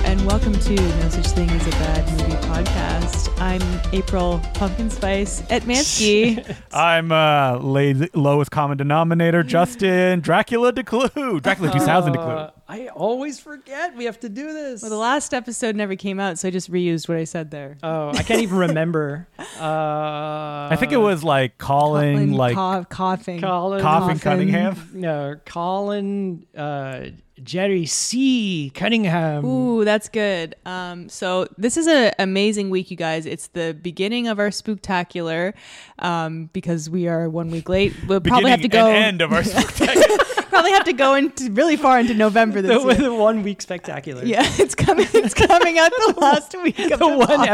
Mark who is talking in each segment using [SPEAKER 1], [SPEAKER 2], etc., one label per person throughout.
[SPEAKER 1] to No Such Thing as a Bad Movie podcast. I'm April Pumpkin Spice at Mansky.
[SPEAKER 2] I'm uh, laid lowest common denominator, Justin Dracula DeClue. Dracula 2000 DeClue.
[SPEAKER 3] Uh, I always forget we have to do this.
[SPEAKER 1] well, the last episode never came out, so I just reused what I said there.
[SPEAKER 3] oh, I can't even remember. Uh, I
[SPEAKER 2] I think it was like Colin,
[SPEAKER 1] Colin
[SPEAKER 2] like
[SPEAKER 1] cough- coughing.
[SPEAKER 3] Colin.
[SPEAKER 2] Coffin
[SPEAKER 1] Coffin.
[SPEAKER 2] Cunningham.
[SPEAKER 3] No, Colin, uh, Jerry C. Cunningham.
[SPEAKER 1] Ooh, that's good. Um, so this is an amazing week, you guys. It's the beginning of our spooktacular um, because we are one week late. We'll probably have to go.
[SPEAKER 2] Beginning and end of our
[SPEAKER 1] probably have to go into really far into November
[SPEAKER 3] The,
[SPEAKER 1] this year.
[SPEAKER 3] the one week spectacular.
[SPEAKER 1] Yeah, it's coming. It's coming out the last week of
[SPEAKER 3] The one
[SPEAKER 1] October.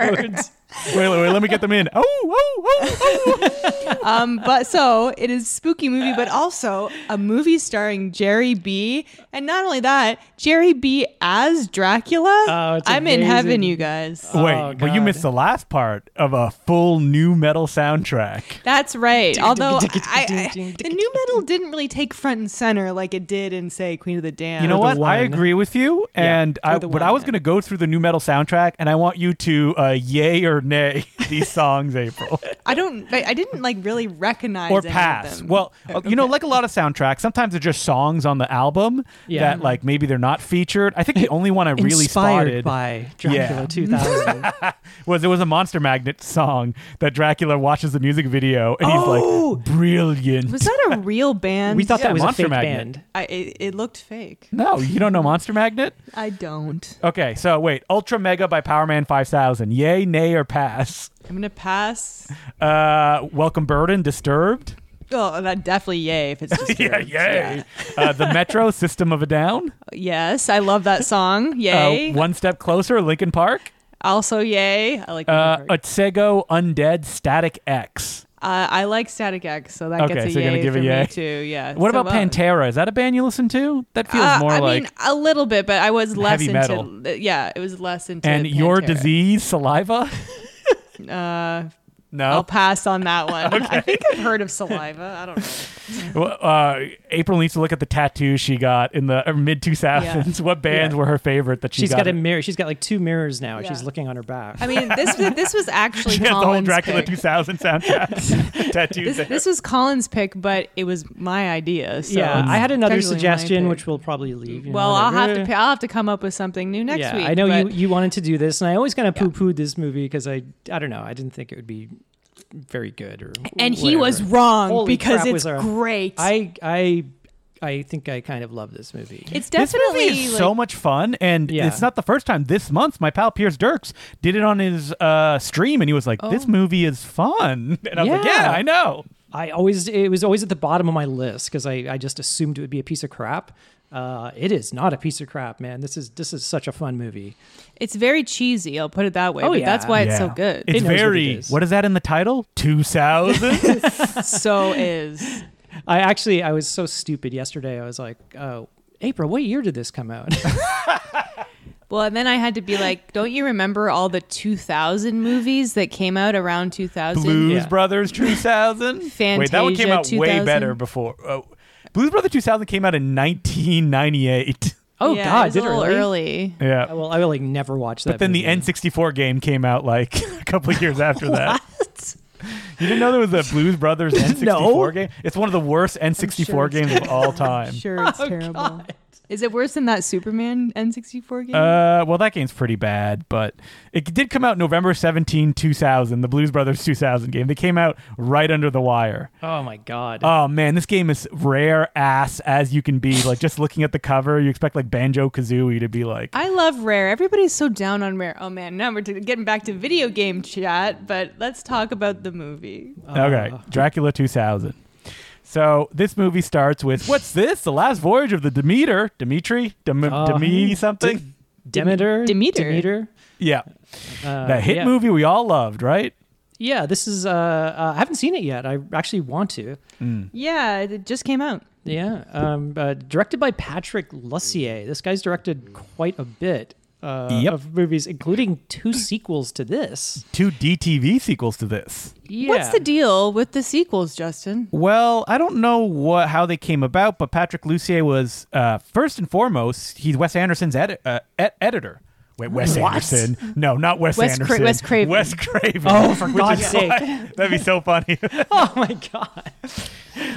[SPEAKER 3] episode.
[SPEAKER 2] wait, wait, wait, let me get them in. Oh, oh, oh, oh.
[SPEAKER 1] Um, but so it is spooky movie, but also a movie starring Jerry B. And not only that, Jerry B. as Dracula.
[SPEAKER 3] Oh, it's
[SPEAKER 1] I'm in
[SPEAKER 3] amazing.
[SPEAKER 1] heaven, you guys.
[SPEAKER 2] Wait,
[SPEAKER 3] Oh,
[SPEAKER 2] but you
[SPEAKER 3] God.
[SPEAKER 2] missed the last part of a full new metal soundtrack.
[SPEAKER 1] That's right. Although
[SPEAKER 3] ding, ding,
[SPEAKER 1] I,
[SPEAKER 3] ding,
[SPEAKER 1] I,
[SPEAKER 3] ding,
[SPEAKER 1] the new metal didn't really take front and center like it did in, say, Queen of the Damned.
[SPEAKER 2] You know what?
[SPEAKER 3] the
[SPEAKER 2] I
[SPEAKER 3] one.
[SPEAKER 2] agree with you. And
[SPEAKER 3] or
[SPEAKER 2] I,
[SPEAKER 3] the
[SPEAKER 2] but
[SPEAKER 3] one,
[SPEAKER 2] I was
[SPEAKER 3] yeah.
[SPEAKER 2] going to go through the new metal soundtrack, and I want you to uh, yay or nay these songs, April.
[SPEAKER 1] I don't. I, I didn't like really recognize
[SPEAKER 2] or
[SPEAKER 1] any of
[SPEAKER 2] pass.
[SPEAKER 1] them.
[SPEAKER 2] Well, uh, you know, like a lot of soundtracks, sometimes they're just songs on the album
[SPEAKER 3] Yeah.
[SPEAKER 2] that like maybe they're not featured. I think the only one I really
[SPEAKER 3] Inspired
[SPEAKER 2] spotted
[SPEAKER 3] by Dracula
[SPEAKER 2] Yeah.
[SPEAKER 3] 2000.
[SPEAKER 2] was it was a Monster Magnet song that Dracula watches the music video and he's
[SPEAKER 3] Oh!
[SPEAKER 2] like brilliant.
[SPEAKER 1] was that a real band?
[SPEAKER 3] we thought
[SPEAKER 2] Yeah,
[SPEAKER 3] that was a
[SPEAKER 2] Monster
[SPEAKER 3] fake
[SPEAKER 2] Magnet.
[SPEAKER 3] band.
[SPEAKER 1] I, it, it looked fake.
[SPEAKER 2] no, you don't know Monster Magnet?
[SPEAKER 1] I don't.
[SPEAKER 2] Okay, so wait, Ultra Mega by Power Man 5000. Yay, nay, or pass?
[SPEAKER 1] I'm gonna pass.
[SPEAKER 2] Uh, Welcome Burden, Disturbed.
[SPEAKER 1] Oh, that definitely yay if it's just
[SPEAKER 2] Yeah,
[SPEAKER 1] yours.
[SPEAKER 2] yay. Uh, the Metro, System of a Down.
[SPEAKER 1] Yes, I love that song. Yay.
[SPEAKER 2] Uh, One Step Closer, Linkin Park.
[SPEAKER 1] also yay. I like.
[SPEAKER 2] Uh,
[SPEAKER 1] that part.
[SPEAKER 2] Otsego, Undead, Static X.
[SPEAKER 1] uh, I like Static X, so that
[SPEAKER 2] Okay,
[SPEAKER 1] gets a
[SPEAKER 2] so you're gonna
[SPEAKER 1] yay
[SPEAKER 2] give a
[SPEAKER 1] for
[SPEAKER 2] yay.
[SPEAKER 1] me too. Yeah.
[SPEAKER 2] What
[SPEAKER 1] So,
[SPEAKER 2] about
[SPEAKER 1] well,
[SPEAKER 2] Pantera? Is that a band you listen to? That feels
[SPEAKER 1] Uh,
[SPEAKER 2] more
[SPEAKER 1] I
[SPEAKER 2] like.
[SPEAKER 1] mean, a little bit, but I was less
[SPEAKER 2] heavy
[SPEAKER 1] into.
[SPEAKER 2] metal.
[SPEAKER 1] th- Yeah, it was less into.
[SPEAKER 2] and your
[SPEAKER 1] Pantera.
[SPEAKER 2] disease, saliva?
[SPEAKER 1] Uh, I'll
[SPEAKER 2] No.
[SPEAKER 1] pass on that one. I think I've heard of saliva. I don't know.
[SPEAKER 2] Well, Uh, April needs to look at the tattoos she got in the mid 2000s. What bands
[SPEAKER 3] Yeah.
[SPEAKER 2] were her favorite that she
[SPEAKER 3] She's
[SPEAKER 2] got?
[SPEAKER 3] got, a mirror. She's got like two mirrors now.
[SPEAKER 1] Yeah.
[SPEAKER 3] She's looking on her back.
[SPEAKER 1] I mean, this this was actually
[SPEAKER 2] she has the whole
[SPEAKER 1] Colin's
[SPEAKER 2] Dracula
[SPEAKER 1] pick.
[SPEAKER 2] 2000 soundtrack tattooed
[SPEAKER 1] This,
[SPEAKER 2] there.
[SPEAKER 1] this was Colin's pick, but it was my idea. So
[SPEAKER 3] yeah,
[SPEAKER 2] Mm.
[SPEAKER 1] it's
[SPEAKER 3] I had another
[SPEAKER 1] technically my
[SPEAKER 3] suggestion,
[SPEAKER 1] pick.
[SPEAKER 3] which we'll probably leave. you know,
[SPEAKER 1] well, I'll
[SPEAKER 3] whatever.
[SPEAKER 1] have to pa- I'll have to come up with something new next
[SPEAKER 3] Eh. yeah,
[SPEAKER 1] week.
[SPEAKER 3] I know
[SPEAKER 1] but-
[SPEAKER 3] you, you wanted to do this, and I always kind of poo pooed this movie because I I don't know I didn't think it would be very good or
[SPEAKER 1] and he was
[SPEAKER 3] whatever.
[SPEAKER 1] wrong
[SPEAKER 3] Holy
[SPEAKER 1] because
[SPEAKER 3] crap,
[SPEAKER 1] it's
[SPEAKER 3] was there a-
[SPEAKER 1] great.
[SPEAKER 3] I I I think I kind of love this movie.
[SPEAKER 1] it's
[SPEAKER 2] This
[SPEAKER 1] definitely
[SPEAKER 2] movie is
[SPEAKER 1] like,
[SPEAKER 2] so much fun, and
[SPEAKER 3] Yeah.
[SPEAKER 2] it's not the first time. This month, my pal Piers Dirks did it on his uh, stream, and he was like, "This
[SPEAKER 1] Oh.
[SPEAKER 2] movie is fun," and I was like,
[SPEAKER 3] Yeah.
[SPEAKER 2] "Yeah, I know."
[SPEAKER 3] I always it was always at the bottom of my list because I I just assumed it would be a piece of crap. Uh, it is not a piece of crap, man. This is this is such a fun movie.
[SPEAKER 1] it's very cheesy. I'll put it that way.
[SPEAKER 3] Oh,
[SPEAKER 1] but that's
[SPEAKER 3] yeah.
[SPEAKER 1] why it's so
[SPEAKER 2] Yeah.
[SPEAKER 1] good.
[SPEAKER 2] It's
[SPEAKER 3] It knows what it
[SPEAKER 2] very.
[SPEAKER 3] is.
[SPEAKER 2] what is that in the title? Two thousand.
[SPEAKER 1] It so is.
[SPEAKER 3] I actually I was so stupid yesterday. I was like, oh, April, what year did this come out?
[SPEAKER 1] Well, and then I had to be like, don't you remember all the 2000 movies that came out around 2000?
[SPEAKER 2] Blues
[SPEAKER 3] Yeah.
[SPEAKER 2] Brothers Two Thousand. Wait, that one came
[SPEAKER 1] Fantasia
[SPEAKER 2] out way
[SPEAKER 1] 2000.
[SPEAKER 2] better before. Oh, Blues Brother Two Thousand came out in nineteen ninety eight.
[SPEAKER 3] oh
[SPEAKER 1] Yeah,
[SPEAKER 3] God,
[SPEAKER 1] it was
[SPEAKER 3] did
[SPEAKER 1] a little
[SPEAKER 3] it really?
[SPEAKER 1] early.
[SPEAKER 2] Yeah.
[SPEAKER 3] Well, I will like never watch that.
[SPEAKER 2] But then the
[SPEAKER 3] movie.
[SPEAKER 2] N sixty four game came out like a couple of years after that. You didn't know there was a Blues Brothers N sixty four
[SPEAKER 3] No.
[SPEAKER 2] game? It's one of the worst N sixty four games of all time.
[SPEAKER 1] Sure, it's terrible.
[SPEAKER 3] Oh, God.
[SPEAKER 1] Is it worse than that Superman N64 game?
[SPEAKER 2] Uh, well, that game's pretty bad, but it did come out November 17, 2000, the Blues Brothers 2000 game. They came out right under the wire.
[SPEAKER 3] Oh my God.
[SPEAKER 2] Oh man, this game is rare ass as you can be. Like just looking at the cover, you expect like Banjo Kazooie to be like,
[SPEAKER 1] I love Rare. Everybody's so down on Rare. Oh man, now we're t- getting back to video game chat, but let's talk about the movie.
[SPEAKER 2] okay,
[SPEAKER 3] Uh.
[SPEAKER 2] Dracula 2000. So this movie starts with what's this? The last voyage of the Demeter, Dimitri, Dem-
[SPEAKER 3] Oh.
[SPEAKER 2] Demi something.
[SPEAKER 3] Demeter.
[SPEAKER 1] Demeter.
[SPEAKER 3] Demeter.
[SPEAKER 2] yeah,
[SPEAKER 3] Uh,
[SPEAKER 2] that hit
[SPEAKER 3] yeah.
[SPEAKER 2] movie we all loved, right?
[SPEAKER 3] Yeah, this is. Uh, uh, I haven't seen it yet. I actually want to.
[SPEAKER 1] Yeah, it just came out.
[SPEAKER 3] Yeah. Um, uh, directed by Patrick Lussier. This guy's directed quite a bit uh,
[SPEAKER 2] Yep.
[SPEAKER 3] of movies, including two sequels to this.
[SPEAKER 2] Two DTV sequels to this.
[SPEAKER 3] Yeah.
[SPEAKER 1] What's the deal with the sequels, Justin?
[SPEAKER 2] Well, I don't know what how they came about, but Patrick Lucier was uh, first and foremost he's Wes Anderson's edi- uh, e- editor, Wait, Wes
[SPEAKER 3] What?
[SPEAKER 2] Anderson. No, not Wes,
[SPEAKER 1] Wes Cra-
[SPEAKER 2] Anderson.
[SPEAKER 1] Wes Craven.
[SPEAKER 2] Wes Craven.
[SPEAKER 3] Oh, for
[SPEAKER 2] Which is
[SPEAKER 3] God's sake.
[SPEAKER 2] why- That'd be so funny.
[SPEAKER 3] Oh my god.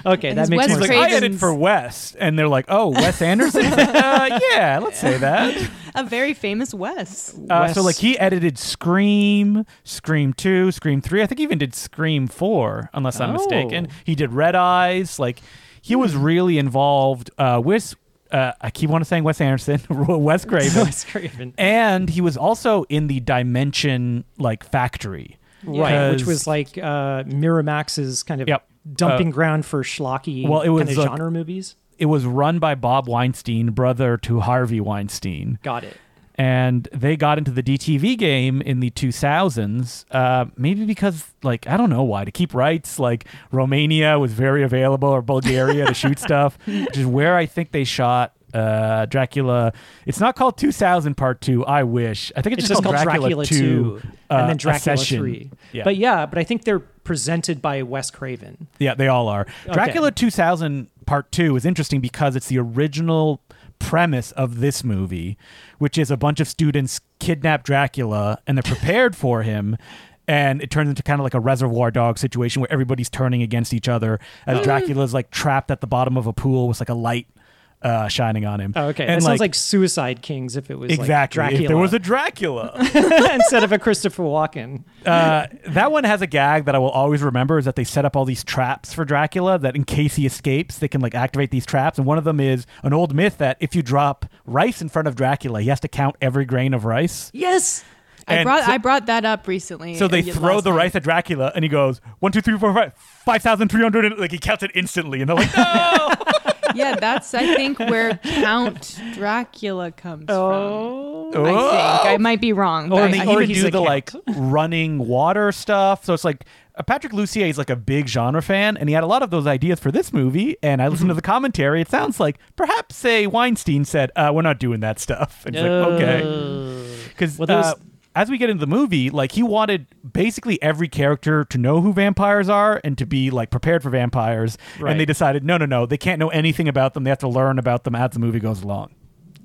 [SPEAKER 3] Okay,
[SPEAKER 1] And
[SPEAKER 3] that
[SPEAKER 1] his
[SPEAKER 3] makes
[SPEAKER 1] Wes
[SPEAKER 2] He's
[SPEAKER 3] more
[SPEAKER 2] like,
[SPEAKER 3] sense.
[SPEAKER 2] I edit
[SPEAKER 1] Craven's-
[SPEAKER 2] for Wes. And they're like, oh, Wes Anderson? uh, yeah, let's say that.
[SPEAKER 1] A very famous Wes.
[SPEAKER 2] Uh, so,
[SPEAKER 3] Wes-
[SPEAKER 2] like, he edited Scream, Scream 2, Scream 3. I think he even did Scream 4, unless I'm
[SPEAKER 3] Oh. Hmm.
[SPEAKER 2] mistaken. He did Red Eyes. Like, he was really involved uh, with, uh, I keep wanting to saying Wes Anderson, Wes Craven.
[SPEAKER 3] Wes Craven.
[SPEAKER 2] and he was also in the Dimension, like, factory.
[SPEAKER 3] Right, which
[SPEAKER 2] 'Cause-
[SPEAKER 3] was like uh, Miramax's kind of
[SPEAKER 2] Yep. Uh,
[SPEAKER 3] dumping ground for schlocky
[SPEAKER 2] well, it
[SPEAKER 3] kind
[SPEAKER 2] was
[SPEAKER 3] of
[SPEAKER 2] like-
[SPEAKER 3] genre movies.
[SPEAKER 2] it was run by Bob Weinstein, brother to Harvey Weinstein,
[SPEAKER 3] Got it.
[SPEAKER 2] and they got into the DTV game in the 2000s. Uh, maybe because, like, I don't know why. To keep rights, like Romania was very available, or Bulgaria to shoot stuff, which is where I think they shot uh Dracula. It's not called 2000 Part Two. I wish. I think it's,
[SPEAKER 3] It's just called Dracula, 2
[SPEAKER 2] uh,
[SPEAKER 3] and then Dracula
[SPEAKER 2] Accession.
[SPEAKER 3] 3.
[SPEAKER 2] Yeah.
[SPEAKER 3] But yeah, but I think they're presented by Wes Craven.
[SPEAKER 2] Yeah, they all are. Dracula 2000 Part 2 is interesting because it's the original premise of this movie, which is a bunch of students kidnap Dracula and they're prepared for him. And it turns into kind of like a reservoir dog situation where everybody's turning against each other
[SPEAKER 3] Mm.
[SPEAKER 2] as Dracula's like trapped at the bottom of a pool with like a light uh, shining on him.
[SPEAKER 3] Oh, okay.
[SPEAKER 2] And
[SPEAKER 3] that sounds like Suicide Kings if it was
[SPEAKER 2] exactly.
[SPEAKER 3] like
[SPEAKER 2] if
[SPEAKER 3] Dracula
[SPEAKER 2] there was a Dracula.
[SPEAKER 3] instead of a Christopher Walken.
[SPEAKER 2] Uh, that one has a gag that I will always remember is that they set up all these traps for Dracula that in case he escapes, they can like activate these traps. And one of them is an old myth that if you drop rice in front of Dracula, he has to count every grain of rice.
[SPEAKER 3] Yes.
[SPEAKER 1] I
[SPEAKER 2] And
[SPEAKER 1] brought
[SPEAKER 2] so-
[SPEAKER 1] I brought that up recently.
[SPEAKER 2] So they
[SPEAKER 1] uh,
[SPEAKER 2] throw
[SPEAKER 1] last
[SPEAKER 2] the
[SPEAKER 1] night.
[SPEAKER 2] rice at Dracula and he goes, one, two, three, four, five, 5,300. and, Like he counts it instantly. And they're like, no.
[SPEAKER 1] Yeah, that's I think where Count Dracula comes
[SPEAKER 3] Oh.
[SPEAKER 1] from. I think I might be wrong.
[SPEAKER 2] Oh,
[SPEAKER 1] but
[SPEAKER 2] and they
[SPEAKER 1] I-
[SPEAKER 3] or
[SPEAKER 2] even
[SPEAKER 3] he's
[SPEAKER 2] do
[SPEAKER 3] a
[SPEAKER 2] the
[SPEAKER 3] cat.
[SPEAKER 2] like running water stuff. So it's like uh, Patrick Lucier is like a big genre fan, and he had a lot of those ideas for this movie. And I
[SPEAKER 3] Mm-hmm.
[SPEAKER 2] listened to the commentary; it sounds like perhaps a Weinstein said, uh, "We're not doing that stuff." And it's like, okay,
[SPEAKER 3] Uh,
[SPEAKER 2] because
[SPEAKER 3] Well, those-
[SPEAKER 2] as we get into the movie, like he wanted basically every character to know who vampires are and to be like prepared for vampires.
[SPEAKER 3] Right.
[SPEAKER 2] And they decided, no, no, no, they can't know anything about them. They have to learn about them as the movie goes along.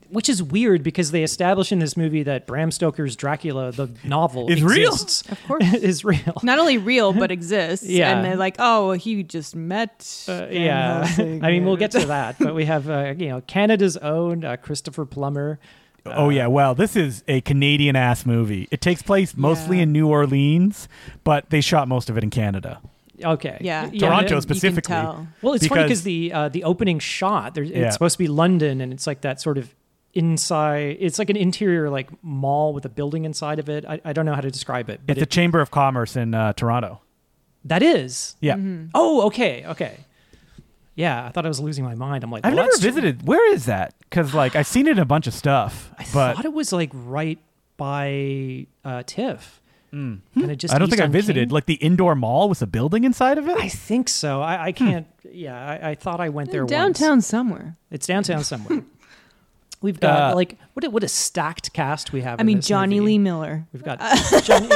[SPEAKER 3] Which is weird because they establish in this movie that Bram Stoker's Dracula, the novel,
[SPEAKER 2] Is real.
[SPEAKER 3] exists.
[SPEAKER 1] Of course.
[SPEAKER 3] is real.
[SPEAKER 1] not only real but exists.
[SPEAKER 3] Yeah.
[SPEAKER 1] and they're like, oh, he just met.
[SPEAKER 3] Uh,
[SPEAKER 1] Van
[SPEAKER 3] yeah,
[SPEAKER 1] Helsing
[SPEAKER 3] I mean, we'll
[SPEAKER 1] and-
[SPEAKER 3] get to that, but we have uh, you know Canada's own uh, Christopher Plummer.
[SPEAKER 2] Oh
[SPEAKER 3] Uh,
[SPEAKER 2] yeah, well, this is a Canadian ass movie. It takes place mostly
[SPEAKER 1] Yeah.
[SPEAKER 2] in New Orleans, but they shot most of it in Canada.
[SPEAKER 3] Uh, Okay,
[SPEAKER 1] Yeah,
[SPEAKER 2] Toronto
[SPEAKER 1] you can
[SPEAKER 2] specifically.
[SPEAKER 1] tell.
[SPEAKER 3] Well, it's funny 'cause
[SPEAKER 2] because-
[SPEAKER 3] funny because the uh, the opening shot, there,
[SPEAKER 2] Yeah.
[SPEAKER 3] it's supposed to be London, and it's like that sort of inside. It's like an interior like mall with a building inside of it. I, I don't know how to describe it, but
[SPEAKER 2] It's a
[SPEAKER 3] it,
[SPEAKER 2] Chamber of Commerce in uh, Toronto.
[SPEAKER 3] that is.
[SPEAKER 2] Yeah,
[SPEAKER 3] Oh, okay, okay. Yeah, I thought I was losing my mind. I'm like,
[SPEAKER 2] I've
[SPEAKER 3] well,
[SPEAKER 2] never
[SPEAKER 3] that's-
[SPEAKER 2] visited. Where is that? Because like I've seen it in a bunch of stuff,
[SPEAKER 3] I
[SPEAKER 2] but
[SPEAKER 3] thought it was like right by uh, Tiff. Kind of just
[SPEAKER 2] I don't
[SPEAKER 3] east
[SPEAKER 2] think I
[SPEAKER 3] on
[SPEAKER 2] visited.
[SPEAKER 3] King.
[SPEAKER 2] Like the indoor mall with a building inside of it.
[SPEAKER 3] I think so. I, I
[SPEAKER 2] Hmm.
[SPEAKER 3] can't. Yeah, I, I thought I went there. once.
[SPEAKER 1] downtown somewhere.
[SPEAKER 3] It's downtown somewhere. We've got
[SPEAKER 2] Uh,
[SPEAKER 3] like what a, what a stacked cast we
[SPEAKER 1] I
[SPEAKER 3] have. in
[SPEAKER 1] mean,
[SPEAKER 3] this
[SPEAKER 1] Johnny
[SPEAKER 3] movie.
[SPEAKER 1] Lee Miller.
[SPEAKER 3] We've got Johnny,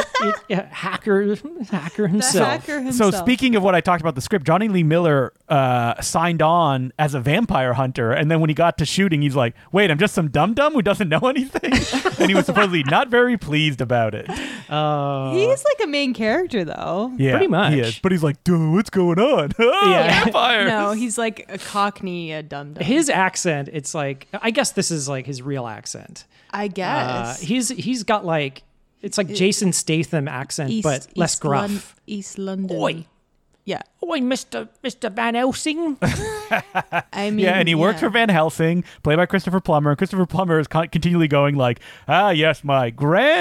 [SPEAKER 3] yeah, hacker hacker himself.
[SPEAKER 2] so speaking of what I talked about the script, Johnny Lee Miller uh, signed on as a vampire hunter, and then when he got to shooting, he's like, "Wait, I'm just some dum dum who doesn't know anything," and he was supposedly not very pleased about it.
[SPEAKER 3] Uh,
[SPEAKER 1] he's like a main character though.
[SPEAKER 2] Yeah,
[SPEAKER 3] Pretty much.
[SPEAKER 2] He is. But he's like, dude, what's going on? Oh,
[SPEAKER 3] Yeah.
[SPEAKER 2] vampires.
[SPEAKER 1] No, he's like a Cockney uh, dum dum.
[SPEAKER 3] his accent. It's like I guess this is like his real accent.
[SPEAKER 1] I
[SPEAKER 3] Uh,
[SPEAKER 1] guess,
[SPEAKER 3] he's he's got like it's like Jason Statham accent,
[SPEAKER 1] East,
[SPEAKER 3] but less
[SPEAKER 1] East
[SPEAKER 3] gruff.
[SPEAKER 1] Lon- East London.
[SPEAKER 3] Oi.
[SPEAKER 1] Yeah,
[SPEAKER 3] Oi, Mister Mister Van Helsing.
[SPEAKER 1] I mean,
[SPEAKER 2] yeah, and he worked for Van Helsing, played by Christopher Plummer. Christopher Plummer is con- continually going like, "Ah, yes, my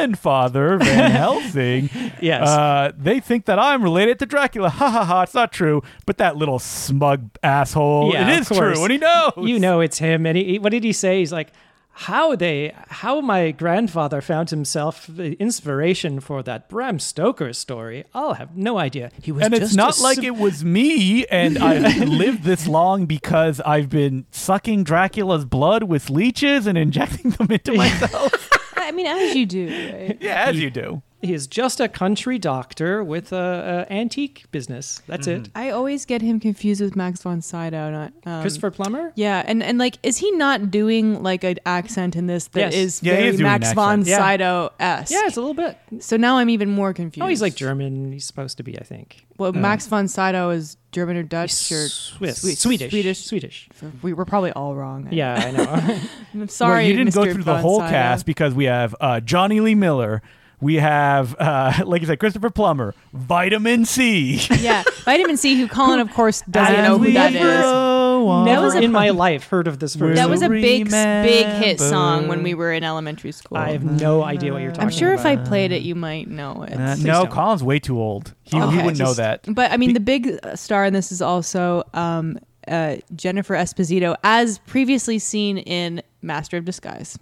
[SPEAKER 2] grandfather Van Helsing.
[SPEAKER 3] Yes.
[SPEAKER 2] uh, they think that I'm related to Dracula. Ha ha ha! It's not true, but that little smug asshole.
[SPEAKER 3] Yeah,
[SPEAKER 2] it
[SPEAKER 3] of
[SPEAKER 2] is
[SPEAKER 3] course.
[SPEAKER 2] true, and he knows.
[SPEAKER 3] you know it's him and he, what did he say he's like how they how my grandfather found himself the inspiration for that bram stoker story i'll have no idea he was
[SPEAKER 2] and it's
[SPEAKER 3] just a
[SPEAKER 2] not like
[SPEAKER 3] sim-
[SPEAKER 2] it was me and I've lived this long because I've been sucking Dracula's blood with leeches and injecting them into myself.
[SPEAKER 1] I mean, as you do, right?
[SPEAKER 2] yeah, as you do.
[SPEAKER 3] he is just a country doctor with a, a antique business. That's it.
[SPEAKER 1] I always get him confused with Max von Sydow. Not um,
[SPEAKER 3] Christopher Plummer.
[SPEAKER 1] Yeah, and and like, is he not doing like an accent in this that
[SPEAKER 3] Yes.
[SPEAKER 1] is
[SPEAKER 2] Yeah, he
[SPEAKER 1] very
[SPEAKER 2] is doing
[SPEAKER 1] Max
[SPEAKER 2] an
[SPEAKER 1] von
[SPEAKER 3] accent. Yeah.
[SPEAKER 1] Sydow esque?
[SPEAKER 3] Yeah, it's a little bit.
[SPEAKER 1] So now I'm even more confused.
[SPEAKER 3] Oh, he's like German. He's supposed to be, I think.
[SPEAKER 1] Well, Max von Sydow is German or Dutch or
[SPEAKER 3] Swiss,
[SPEAKER 1] Swe-
[SPEAKER 3] Swedish,
[SPEAKER 1] Swedish.
[SPEAKER 3] Swedish.
[SPEAKER 1] We were probably all wrong.
[SPEAKER 3] Yeah, I know.
[SPEAKER 1] I'm
[SPEAKER 2] Well,
[SPEAKER 1] sorry.
[SPEAKER 2] you didn't go
[SPEAKER 1] Mr.
[SPEAKER 2] through the
[SPEAKER 1] von
[SPEAKER 2] whole
[SPEAKER 1] Sydow.
[SPEAKER 2] cast because we have uh, Johnny Lee Miller. We have, uh, like you said, Christopher Plummer, Vitamin C.
[SPEAKER 1] yeah, Vitamin C, who Colin, of course, doesn't
[SPEAKER 3] As
[SPEAKER 1] know who that
[SPEAKER 3] we
[SPEAKER 1] is.
[SPEAKER 3] Never
[SPEAKER 1] was a-
[SPEAKER 3] in my life heard of this person.
[SPEAKER 1] That was a big, big hit
[SPEAKER 2] Remember.
[SPEAKER 1] song when we were in elementary school.
[SPEAKER 3] I have no idea what you're talking
[SPEAKER 1] I'm sure if
[SPEAKER 3] about.
[SPEAKER 1] I played it, you might know it.
[SPEAKER 2] Uh,
[SPEAKER 3] Please
[SPEAKER 2] no,
[SPEAKER 3] don't.
[SPEAKER 2] Colin's way too old. He,
[SPEAKER 1] Okay.
[SPEAKER 2] he wouldn't know
[SPEAKER 3] Just-
[SPEAKER 2] that.
[SPEAKER 1] But I mean, the big uh, star in this is also um, uh, Jennifer Esposito, as previously seen in Master of Disguise.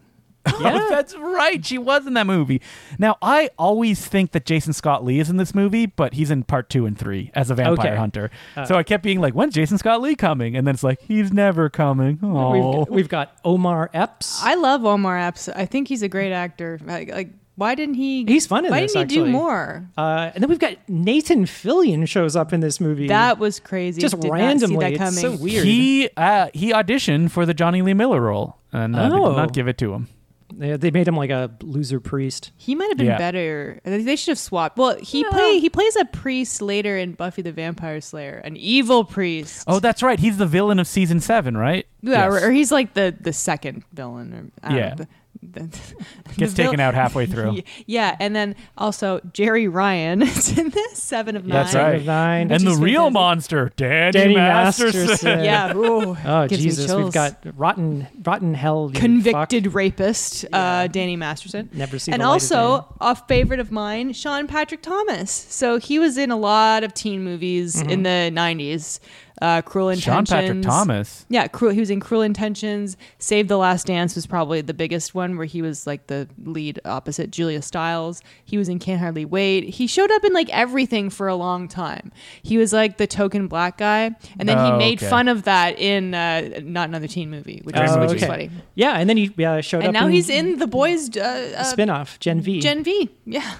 [SPEAKER 2] Oh, that's right. She was in that movie. Now, I always think that Jason Scott Lee is in this movie, but he's in part two and three as a vampire
[SPEAKER 3] Okay.
[SPEAKER 2] hunter.
[SPEAKER 3] Uh,
[SPEAKER 2] so I kept being like, when's Jason Scott Lee coming? And then it's like, he's never coming. Oh.
[SPEAKER 3] We've, we've got Omar Epps.
[SPEAKER 1] I love Omar Epps. I think he's a great actor. Like, like why didn't he?
[SPEAKER 3] He's fun in
[SPEAKER 1] Why
[SPEAKER 3] this,
[SPEAKER 1] didn't he
[SPEAKER 3] actually.
[SPEAKER 1] do more?
[SPEAKER 3] uh, and then we've got Nathan Fillion shows up in this movie.
[SPEAKER 1] That was crazy.
[SPEAKER 3] just
[SPEAKER 1] I did
[SPEAKER 3] randomly.
[SPEAKER 1] Not see that
[SPEAKER 3] it's
[SPEAKER 1] coming.
[SPEAKER 3] so weird.
[SPEAKER 2] He uh, he auditioned for the Johnny Lee Miller role, and uh, they
[SPEAKER 3] Oh.
[SPEAKER 2] did not give it to him.
[SPEAKER 3] they, they made him like a loser priest.
[SPEAKER 1] He might have been
[SPEAKER 2] Yeah.
[SPEAKER 1] better. They they should have swapped. Well, he
[SPEAKER 3] No.
[SPEAKER 1] play he plays a priest later in Buffy the Vampire Slayer, an evil priest.
[SPEAKER 2] Oh, that's right. He's the villain of season seven, right?
[SPEAKER 1] yeah,
[SPEAKER 2] Yes.
[SPEAKER 1] or, or he's like the the second villain. Or, I don't
[SPEAKER 2] Yeah.
[SPEAKER 1] know, the- the-
[SPEAKER 2] Gets
[SPEAKER 1] the vil-
[SPEAKER 2] taken out halfway through.
[SPEAKER 1] Yeah, and then also Jerry Ryan is in this Seven of Nine.
[SPEAKER 2] That's
[SPEAKER 3] Seven
[SPEAKER 2] right.
[SPEAKER 3] of Nine.
[SPEAKER 2] and
[SPEAKER 1] Which
[SPEAKER 2] the
[SPEAKER 1] is
[SPEAKER 2] real
[SPEAKER 1] fantastic.
[SPEAKER 2] monster, Danny,
[SPEAKER 3] Danny
[SPEAKER 2] Masterson.
[SPEAKER 3] Masterson.
[SPEAKER 1] Yeah. Ooh,
[SPEAKER 3] Oh
[SPEAKER 1] gives me
[SPEAKER 3] Jesus! We've
[SPEAKER 1] chills.
[SPEAKER 3] got rotten, rotten hell. you
[SPEAKER 1] convicted rapist uh, Danny Masterson.
[SPEAKER 3] fuck. Never seen.
[SPEAKER 1] And
[SPEAKER 3] the light of day.
[SPEAKER 1] also a favorite of mine, Sean Patrick Thomas. So he was in a lot of teen movies in the '90s. Uh, Cruel
[SPEAKER 2] Mm-hmm. Sean
[SPEAKER 1] Intentions.
[SPEAKER 2] Patrick Thomas.
[SPEAKER 1] Yeah, cruel. He was in Cruel Intentions. Save the Last Dance was probably the biggest one, where he was like the lead opposite Julia Stiles. He was in Can't Hardly Wait. He showed up in like everything for a long time. He was like the token black guy, and then
[SPEAKER 2] Oh,
[SPEAKER 1] he made
[SPEAKER 2] okay.
[SPEAKER 1] fun of that in uh, not another teen movie, which, was,
[SPEAKER 2] Oh,
[SPEAKER 1] which was
[SPEAKER 2] okay.
[SPEAKER 1] funny.
[SPEAKER 3] yeah, and then he uh, showed
[SPEAKER 1] And
[SPEAKER 3] up.
[SPEAKER 1] now
[SPEAKER 3] in
[SPEAKER 1] he's in the boys' uh,
[SPEAKER 3] a
[SPEAKER 1] uh,
[SPEAKER 3] spin-off, Gen V.
[SPEAKER 1] Gen V. Yeah.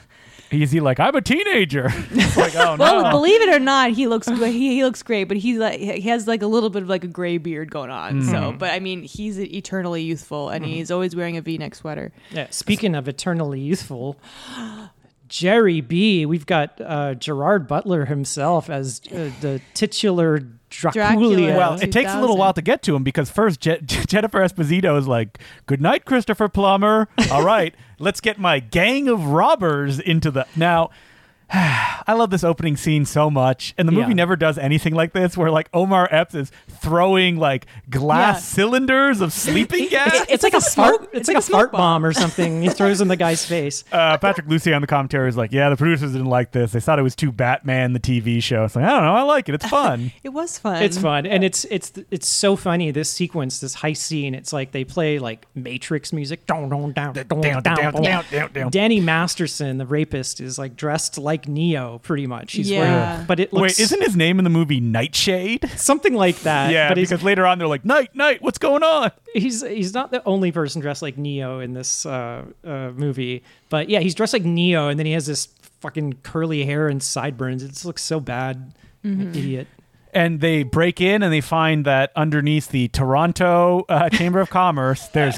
[SPEAKER 2] Is he like, I'm a teenager? It's like, oh,
[SPEAKER 1] Well,
[SPEAKER 2] no.
[SPEAKER 1] believe it or not, he looks good. He, he looks great, but he's like he has like a little bit of like a gray beard going on. So,
[SPEAKER 2] Mm-hmm.
[SPEAKER 1] but I mean, he's eternally youthful, and he's always wearing a V-neck sweater.
[SPEAKER 3] Yeah, speaking of eternally youthful, Jerry B. We've got uh, Gerard Butler himself as uh, the titular Draculia.
[SPEAKER 1] Dracula.
[SPEAKER 2] Well, it takes a little
[SPEAKER 1] 2000.
[SPEAKER 2] while to get to him because first Je- Jennifer Esposito is like, "Good night, Christopher Plummer. All right, let's get my gang of robbers into the now." I love this opening scene so much, and the movie
[SPEAKER 3] Yeah.
[SPEAKER 2] never does anything like this, where like Omar Epps is throwing like glass
[SPEAKER 1] Yeah.
[SPEAKER 2] cylinders of sleeping gas.
[SPEAKER 1] It- it's like a
[SPEAKER 3] fart.
[SPEAKER 1] smoke-
[SPEAKER 3] It's, like, a fart bomb. or something. He throws in the guy's face.
[SPEAKER 2] Uh, Patrick Lucy on the commentary is like, "Yeah, the producers didn't like this. They thought it was too Batman the TV show." It's like, I don't know. I like it. It's fun.
[SPEAKER 1] It was fun.
[SPEAKER 3] It's fun, and it's it's it's so funny. This sequence, this high scene, it's like they play like Matrix music. Down, down, down, down,
[SPEAKER 2] down, down, down,
[SPEAKER 3] down.
[SPEAKER 2] down, down, down.
[SPEAKER 3] Danny Masterson, the rapist, is like dressed like Neo, pretty much. He's
[SPEAKER 1] Yeah.
[SPEAKER 3] wearing, but it looks
[SPEAKER 2] Wait, isn't his name in the movie Nightshade?
[SPEAKER 3] something like that.
[SPEAKER 2] Yeah,
[SPEAKER 3] but he's
[SPEAKER 2] because later on they're like, "Night, night, what's going on?"
[SPEAKER 3] he's he's not the only person dressed like Neo in this uh, uh, movie, but yeah, he's dressed like Neo, and then he has this fucking curly hair and sideburns. It just looks so bad,
[SPEAKER 1] Mm-hmm.
[SPEAKER 3] idiot.
[SPEAKER 2] And they break in and they find that underneath the Toronto uh, Chamber of Commerce, there's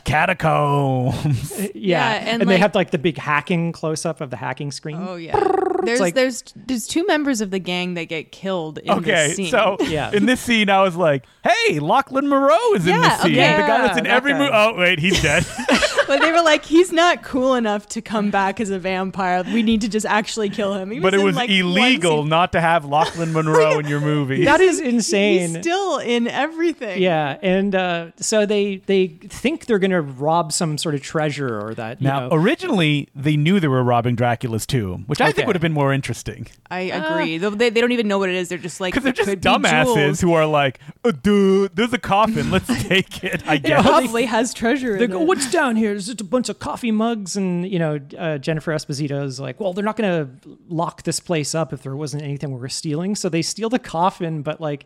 [SPEAKER 2] catacombs.
[SPEAKER 3] Yeah,
[SPEAKER 1] Yeah, and
[SPEAKER 3] and, they
[SPEAKER 1] like-
[SPEAKER 3] have like the big hacking close up of the hacking screen.
[SPEAKER 1] Oh yeah. There's
[SPEAKER 3] like-
[SPEAKER 1] there's there's two members of the gang that get killed in this
[SPEAKER 2] okay,
[SPEAKER 1] scene.
[SPEAKER 2] so
[SPEAKER 3] Yeah.
[SPEAKER 2] in this scene, I was like, "Hey, Lachlan Moreau is in
[SPEAKER 1] Yeah,
[SPEAKER 2] this scene.
[SPEAKER 1] okay.
[SPEAKER 2] The guy that's in
[SPEAKER 3] Yeah, that
[SPEAKER 2] every movie.
[SPEAKER 3] guy.
[SPEAKER 2] Oh wait, he's dead.
[SPEAKER 1] but they were like, he's not cool enough to come back as a vampire. We need to just actually kill him. He
[SPEAKER 2] but it
[SPEAKER 1] in,
[SPEAKER 2] was
[SPEAKER 1] like, one
[SPEAKER 2] illegal
[SPEAKER 1] scene.
[SPEAKER 2] not to have Lachlan Monroe in your movie.
[SPEAKER 3] that is
[SPEAKER 1] He's
[SPEAKER 3] insane.
[SPEAKER 1] still in everything.
[SPEAKER 3] Yeah, and uh, so they they think they're gonna rob some sort of treasure or that. You
[SPEAKER 2] now,
[SPEAKER 3] know,
[SPEAKER 2] originally, they knew they were robbing Dracula's tomb, which I
[SPEAKER 3] Okay.
[SPEAKER 2] think would have been more interesting.
[SPEAKER 1] I agree. Though they, they don't even know what it is. They're just like
[SPEAKER 2] Because they're
[SPEAKER 1] "It
[SPEAKER 2] just
[SPEAKER 1] could be jewels."
[SPEAKER 2] dumbasses who are like, uh, dude, there's a coffin. Let's take it. I
[SPEAKER 1] It
[SPEAKER 2] guess.
[SPEAKER 1] probably has treasure.
[SPEAKER 3] They
[SPEAKER 1] In
[SPEAKER 3] go,
[SPEAKER 1] it.
[SPEAKER 3] what's down here? It's just a bunch of coffee mugs, and you know, uh, Jennifer Esposito's like, well, they're not gonna lock this place up if there wasn't anything we were stealing. So they steal the coffin, but like,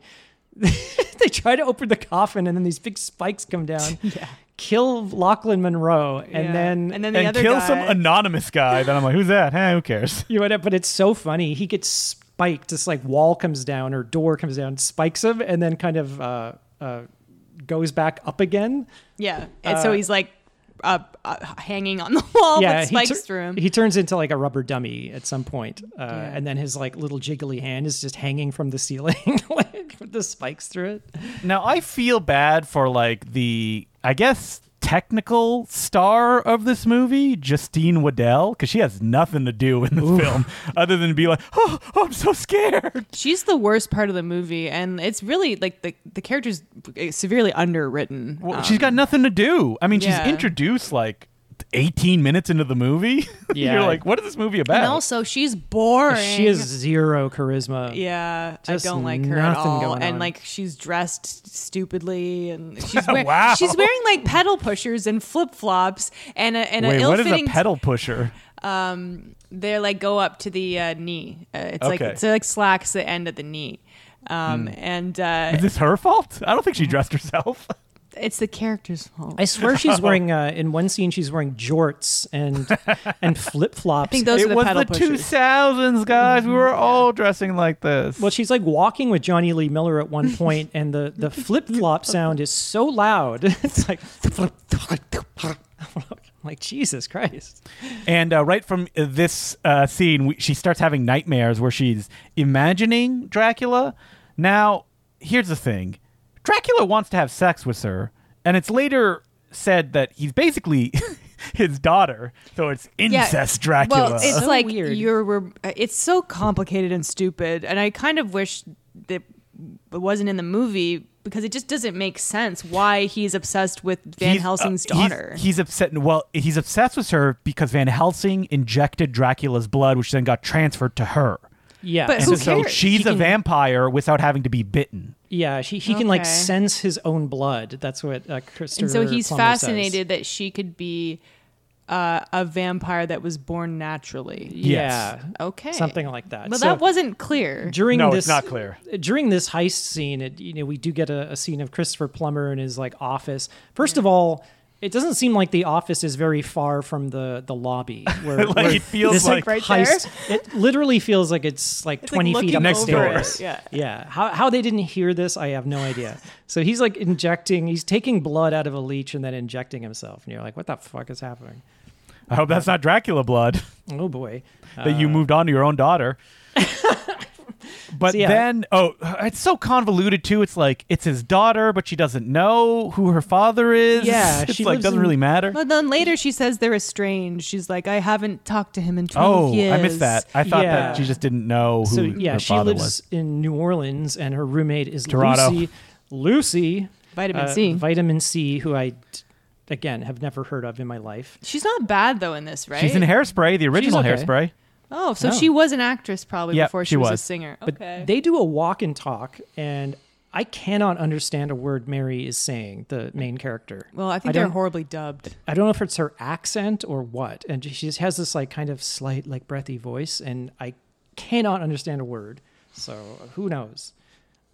[SPEAKER 3] they try to open the coffin, and then these big spikes come down, kill Lachlan Monroe and
[SPEAKER 1] Yeah.
[SPEAKER 3] then
[SPEAKER 1] and then the
[SPEAKER 2] and
[SPEAKER 1] other
[SPEAKER 2] kill
[SPEAKER 1] guy,
[SPEAKER 2] some anonymous guy that I'm like, who's that? Hey, who cares?
[SPEAKER 3] you end up. But it's so funny. He gets spiked. This like wall comes down or door comes down, spikes him, and then kind of uh, uh, goes back up again.
[SPEAKER 1] yeah. And so he's like uh, uh, hanging on the wall with
[SPEAKER 3] he tur-
[SPEAKER 1] Oh, spikes through him.
[SPEAKER 3] He turns into like a rubber dummy at some point, uh,
[SPEAKER 1] Yeah.
[SPEAKER 3] and then his like little jiggly hand is just hanging from the ceiling, like with the spikes through it.
[SPEAKER 2] Now I feel bad for like the I guess technical star of this movie, Justine Waddell, because she has nothing to do in this film other than be like, oh, oh, I'm so scared.
[SPEAKER 1] She's the worst part of the movie, and it's really like the the character's severely underwritten.
[SPEAKER 2] Well,
[SPEAKER 1] Um,
[SPEAKER 2] she's got nothing to do. I mean,
[SPEAKER 1] yeah.
[SPEAKER 2] she's introduced like 18 minutes into the movie.
[SPEAKER 3] Yeah.
[SPEAKER 2] You're like, what is this movie about?
[SPEAKER 1] and also she's boring.
[SPEAKER 3] She has zero charisma.
[SPEAKER 1] Yeah,
[SPEAKER 3] Just
[SPEAKER 1] I don't like her at
[SPEAKER 3] nothing
[SPEAKER 1] all.
[SPEAKER 3] going
[SPEAKER 1] And
[SPEAKER 3] on.
[SPEAKER 1] like she's dressed stupidly, and she's wearing
[SPEAKER 2] Wow.
[SPEAKER 1] she's wearing like pedal pushers and flip flops, and a and a
[SPEAKER 2] Wait, what is a
[SPEAKER 1] ill-fitting.
[SPEAKER 2] pedal pusher?
[SPEAKER 1] um, they like go up to the uh, knee. Uh, it's like
[SPEAKER 2] Okay. Hmm.
[SPEAKER 1] it's like slacks that end at the knee. Um, and uh,
[SPEAKER 2] Is this her fault? I don't think she dressed herself.
[SPEAKER 1] it's the character's fault.
[SPEAKER 3] I swear she's wearing uh, in one scene she's wearing jorts and and flip flops.
[SPEAKER 1] I think those are
[SPEAKER 2] it
[SPEAKER 1] the
[SPEAKER 2] was
[SPEAKER 1] pedal
[SPEAKER 2] the
[SPEAKER 1] pushers.
[SPEAKER 2] 2000s, guys. We were all dressing like this.
[SPEAKER 3] Well, she's like walking with Johnny Lee Miller at one point, and the, the flip flop sound is so loud. It's like, I'm like Jesus Christ.
[SPEAKER 2] And uh, right from uh, this uh, scene, we, she starts having nightmares where she's imagining Dracula. Now, here's the thing Dracula wants to have sex with her, and it's later said that he's basically his daughter. So it's incest Dracula.
[SPEAKER 1] Well, it's
[SPEAKER 3] So
[SPEAKER 1] like
[SPEAKER 3] weird.
[SPEAKER 1] you're. we're- It's so complicated and stupid, and I kind of wish that it wasn't in the movie because it just doesn't make sense why he's obsessed with Van
[SPEAKER 2] He's, uh,
[SPEAKER 1] Helsing's
[SPEAKER 2] he's-
[SPEAKER 1] daughter.
[SPEAKER 2] He's, upset. Well, he's obsessed with her because Van Helsing injected Dracula's blood, which then got transferred to her.
[SPEAKER 3] Yeah.
[SPEAKER 1] But
[SPEAKER 3] and
[SPEAKER 1] who
[SPEAKER 3] so-
[SPEAKER 2] So
[SPEAKER 1] cares?
[SPEAKER 2] she's
[SPEAKER 3] She
[SPEAKER 2] a
[SPEAKER 3] can-
[SPEAKER 2] vampire without having to be bitten.
[SPEAKER 3] yeah, she, he can like
[SPEAKER 1] Okay.
[SPEAKER 3] sense his own blood. That's what uh, Christopher
[SPEAKER 1] and so he's
[SPEAKER 3] Plummer says.
[SPEAKER 1] fascinated that she could be uh, a vampire that was born naturally.
[SPEAKER 3] Yeah.
[SPEAKER 1] Okay,
[SPEAKER 3] Something like that.
[SPEAKER 1] Well,
[SPEAKER 3] So
[SPEAKER 1] that wasn't clear.
[SPEAKER 3] during
[SPEAKER 2] No,
[SPEAKER 3] this,
[SPEAKER 2] it's not clear.
[SPEAKER 3] during this heist scene, it, you know, we do get a, a scene of Christopher Plummer in his like office. First of all, it doesn't seem like the office is very far from the the lobby. Where,
[SPEAKER 2] Like,
[SPEAKER 3] where
[SPEAKER 2] it feels
[SPEAKER 3] this,
[SPEAKER 2] like-
[SPEAKER 1] Right there?
[SPEAKER 3] heist. It literally feels like it's like
[SPEAKER 1] It's like
[SPEAKER 3] twenty feet
[SPEAKER 1] looking
[SPEAKER 3] up
[SPEAKER 2] next
[SPEAKER 1] over
[SPEAKER 2] door.
[SPEAKER 1] it.
[SPEAKER 3] upstairs.
[SPEAKER 1] Yeah.
[SPEAKER 3] Yeah. How how they didn't hear this, I have no idea. So he's like injecting, he's taking blood out of a leech and then injecting himself, and you're like, what the fuck is happening?
[SPEAKER 2] I hope that's not Dracula blood.
[SPEAKER 3] Oh boy.
[SPEAKER 2] that you moved on to your own daughter. but
[SPEAKER 3] So, yeah.
[SPEAKER 2] then, oh, it's so convoluted too. It's like it's his daughter, but she doesn't know who her father is.
[SPEAKER 3] Yeah,
[SPEAKER 2] it's
[SPEAKER 3] she
[SPEAKER 2] like
[SPEAKER 3] lives
[SPEAKER 2] doesn't
[SPEAKER 3] in-
[SPEAKER 2] really matter.
[SPEAKER 1] But then later she says they're estranged. She's like, I haven't talked to him in 12
[SPEAKER 2] Oh,
[SPEAKER 1] years.
[SPEAKER 2] I missed that. I thought
[SPEAKER 3] Yeah.
[SPEAKER 2] that she just didn't know who
[SPEAKER 3] so yeah,
[SPEAKER 2] her
[SPEAKER 3] she
[SPEAKER 2] father
[SPEAKER 3] lives
[SPEAKER 2] was.
[SPEAKER 3] in New Orleans, and her roommate is
[SPEAKER 2] Toronto.
[SPEAKER 3] Lucy. Lucy,
[SPEAKER 1] Vitamin
[SPEAKER 3] uh,
[SPEAKER 1] C.
[SPEAKER 3] vitamin C, who I d- again have never heard of in my life.
[SPEAKER 1] She's not bad though in this, right?
[SPEAKER 2] She's in Hairspray, the original
[SPEAKER 3] okay.
[SPEAKER 2] Hairspray.
[SPEAKER 1] Oh, so
[SPEAKER 3] No.
[SPEAKER 1] she was an actress probably
[SPEAKER 2] Yep,
[SPEAKER 1] before she,
[SPEAKER 2] she
[SPEAKER 1] was. a
[SPEAKER 2] was.
[SPEAKER 1] singer.
[SPEAKER 3] But
[SPEAKER 1] Okay.
[SPEAKER 3] they do a walk and talk, and I cannot understand a word Mary is saying. The main character.
[SPEAKER 1] well, I think
[SPEAKER 3] I
[SPEAKER 1] they're
[SPEAKER 3] don't-
[SPEAKER 1] horribly dubbed.
[SPEAKER 3] I don't know if it's her accent or what, and she just has this like kind of slight, like breathy voice, and I cannot understand a word. So who knows?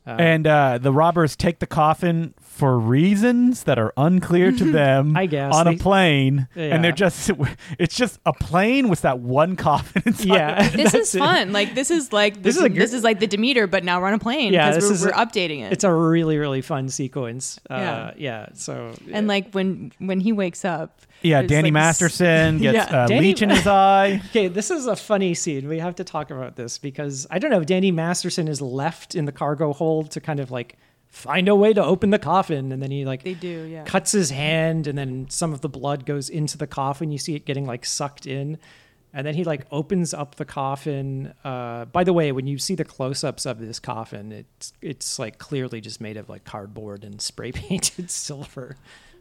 [SPEAKER 2] and uh, the robbers take the coffin for reasons that are unclear to them.
[SPEAKER 3] I guess.
[SPEAKER 2] on a
[SPEAKER 3] They-
[SPEAKER 2] plane,
[SPEAKER 3] Yeah.
[SPEAKER 2] and they're just—it's just a plane with that one coffin inside. of it.
[SPEAKER 3] Yeah,
[SPEAKER 1] This
[SPEAKER 3] that's
[SPEAKER 1] is
[SPEAKER 3] it.
[SPEAKER 1] fun. Like this is like this,
[SPEAKER 3] is
[SPEAKER 1] is,
[SPEAKER 3] a gr-
[SPEAKER 1] this is like the Demeter, but now we're on a plane
[SPEAKER 3] Yeah,
[SPEAKER 1] because
[SPEAKER 3] this
[SPEAKER 1] we're,
[SPEAKER 3] is
[SPEAKER 1] we're
[SPEAKER 3] a-
[SPEAKER 1] updating it.
[SPEAKER 3] It's a really, really fun sequence. Uh, yeah.
[SPEAKER 1] Yeah.
[SPEAKER 3] So
[SPEAKER 1] and like when when he wakes up,
[SPEAKER 2] Yeah,
[SPEAKER 1] there's,
[SPEAKER 2] Danny
[SPEAKER 1] like, this-
[SPEAKER 2] Masterson gets
[SPEAKER 1] Yeah.
[SPEAKER 2] uh,
[SPEAKER 3] Danny-
[SPEAKER 2] leech in his eye.
[SPEAKER 3] okay, this is a funny scene. We have to talk about this because I don't know. Danny Masterson is left in the cargo hold to kind of like find a way to open the coffin, and then he like
[SPEAKER 1] They do, yeah.
[SPEAKER 3] cuts his hand, and then some of the blood goes into the coffin. You see it getting like sucked in. And then he like opens up the coffin. Uh, by the way, when you see the close-ups of this coffin, it's it's like clearly just made of like cardboard and spray painted silver.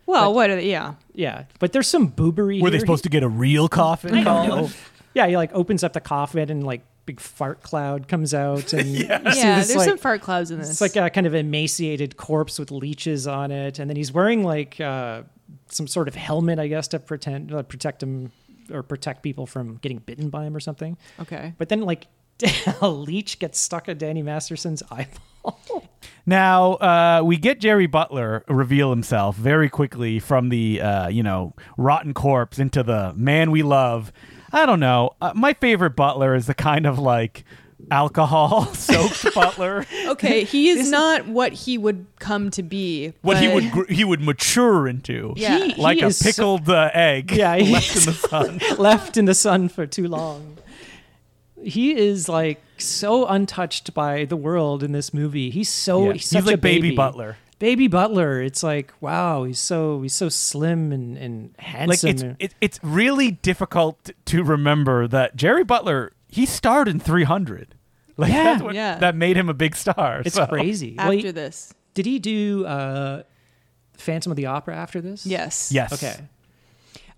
[SPEAKER 1] Well, what? Are they, yeah,
[SPEAKER 3] Yeah, but there's some boobery.
[SPEAKER 2] Were they
[SPEAKER 3] here.
[SPEAKER 2] supposed to get a real coffin? Colin?
[SPEAKER 3] Yeah, he like opens up the coffin and like big fart cloud comes out and you see
[SPEAKER 1] yeah.
[SPEAKER 3] this,
[SPEAKER 1] There's
[SPEAKER 3] like,
[SPEAKER 1] some fart clouds in this.
[SPEAKER 3] It's like a kind of emaciated corpse with leeches on it, and then he's wearing like uh, some sort of helmet, I guess, to pretend uh, protect him or protect people from getting bitten by him or something.
[SPEAKER 1] okay.
[SPEAKER 3] But then like a leech gets stuck in Danny Masterson's eyeball.
[SPEAKER 2] Now uh, we get Jerry Butler reveal himself very quickly from the uh, you know rotten corpse into the man we love. I don't know. Uh, my favorite Butler is the kind of like alcohol soaked Butler.
[SPEAKER 1] Okay, he is not what he would come to be.
[SPEAKER 2] What he
[SPEAKER 1] but-
[SPEAKER 2] would gr- he would mature into,
[SPEAKER 1] Yeah. He-
[SPEAKER 2] like
[SPEAKER 3] he
[SPEAKER 2] a
[SPEAKER 3] is so-
[SPEAKER 2] pickled uh, egg
[SPEAKER 3] Yeah, he
[SPEAKER 2] left in
[SPEAKER 3] is.
[SPEAKER 2] the sun.
[SPEAKER 3] left in the sun for too long. He is like so untouched by the world in this movie. He's so
[SPEAKER 2] Yeah.
[SPEAKER 3] he's
[SPEAKER 2] He's
[SPEAKER 3] such
[SPEAKER 2] like
[SPEAKER 3] a baby.
[SPEAKER 2] Baby Butler.
[SPEAKER 3] Baby Butler. It's like wow, he's so he's so slim and and
[SPEAKER 2] like
[SPEAKER 3] handsome.
[SPEAKER 2] it's it, it's really difficult to remember that Jerry Butler he starred in 300. Like
[SPEAKER 3] Yeah.
[SPEAKER 2] that's what
[SPEAKER 1] Yeah.
[SPEAKER 2] that made him a big star.
[SPEAKER 3] It's
[SPEAKER 2] so.
[SPEAKER 3] crazy. Well,
[SPEAKER 1] after
[SPEAKER 3] he-
[SPEAKER 1] this.
[SPEAKER 3] did he do uh, Phantom of the Opera after this?
[SPEAKER 1] Yes.
[SPEAKER 2] Yes.
[SPEAKER 3] Okay.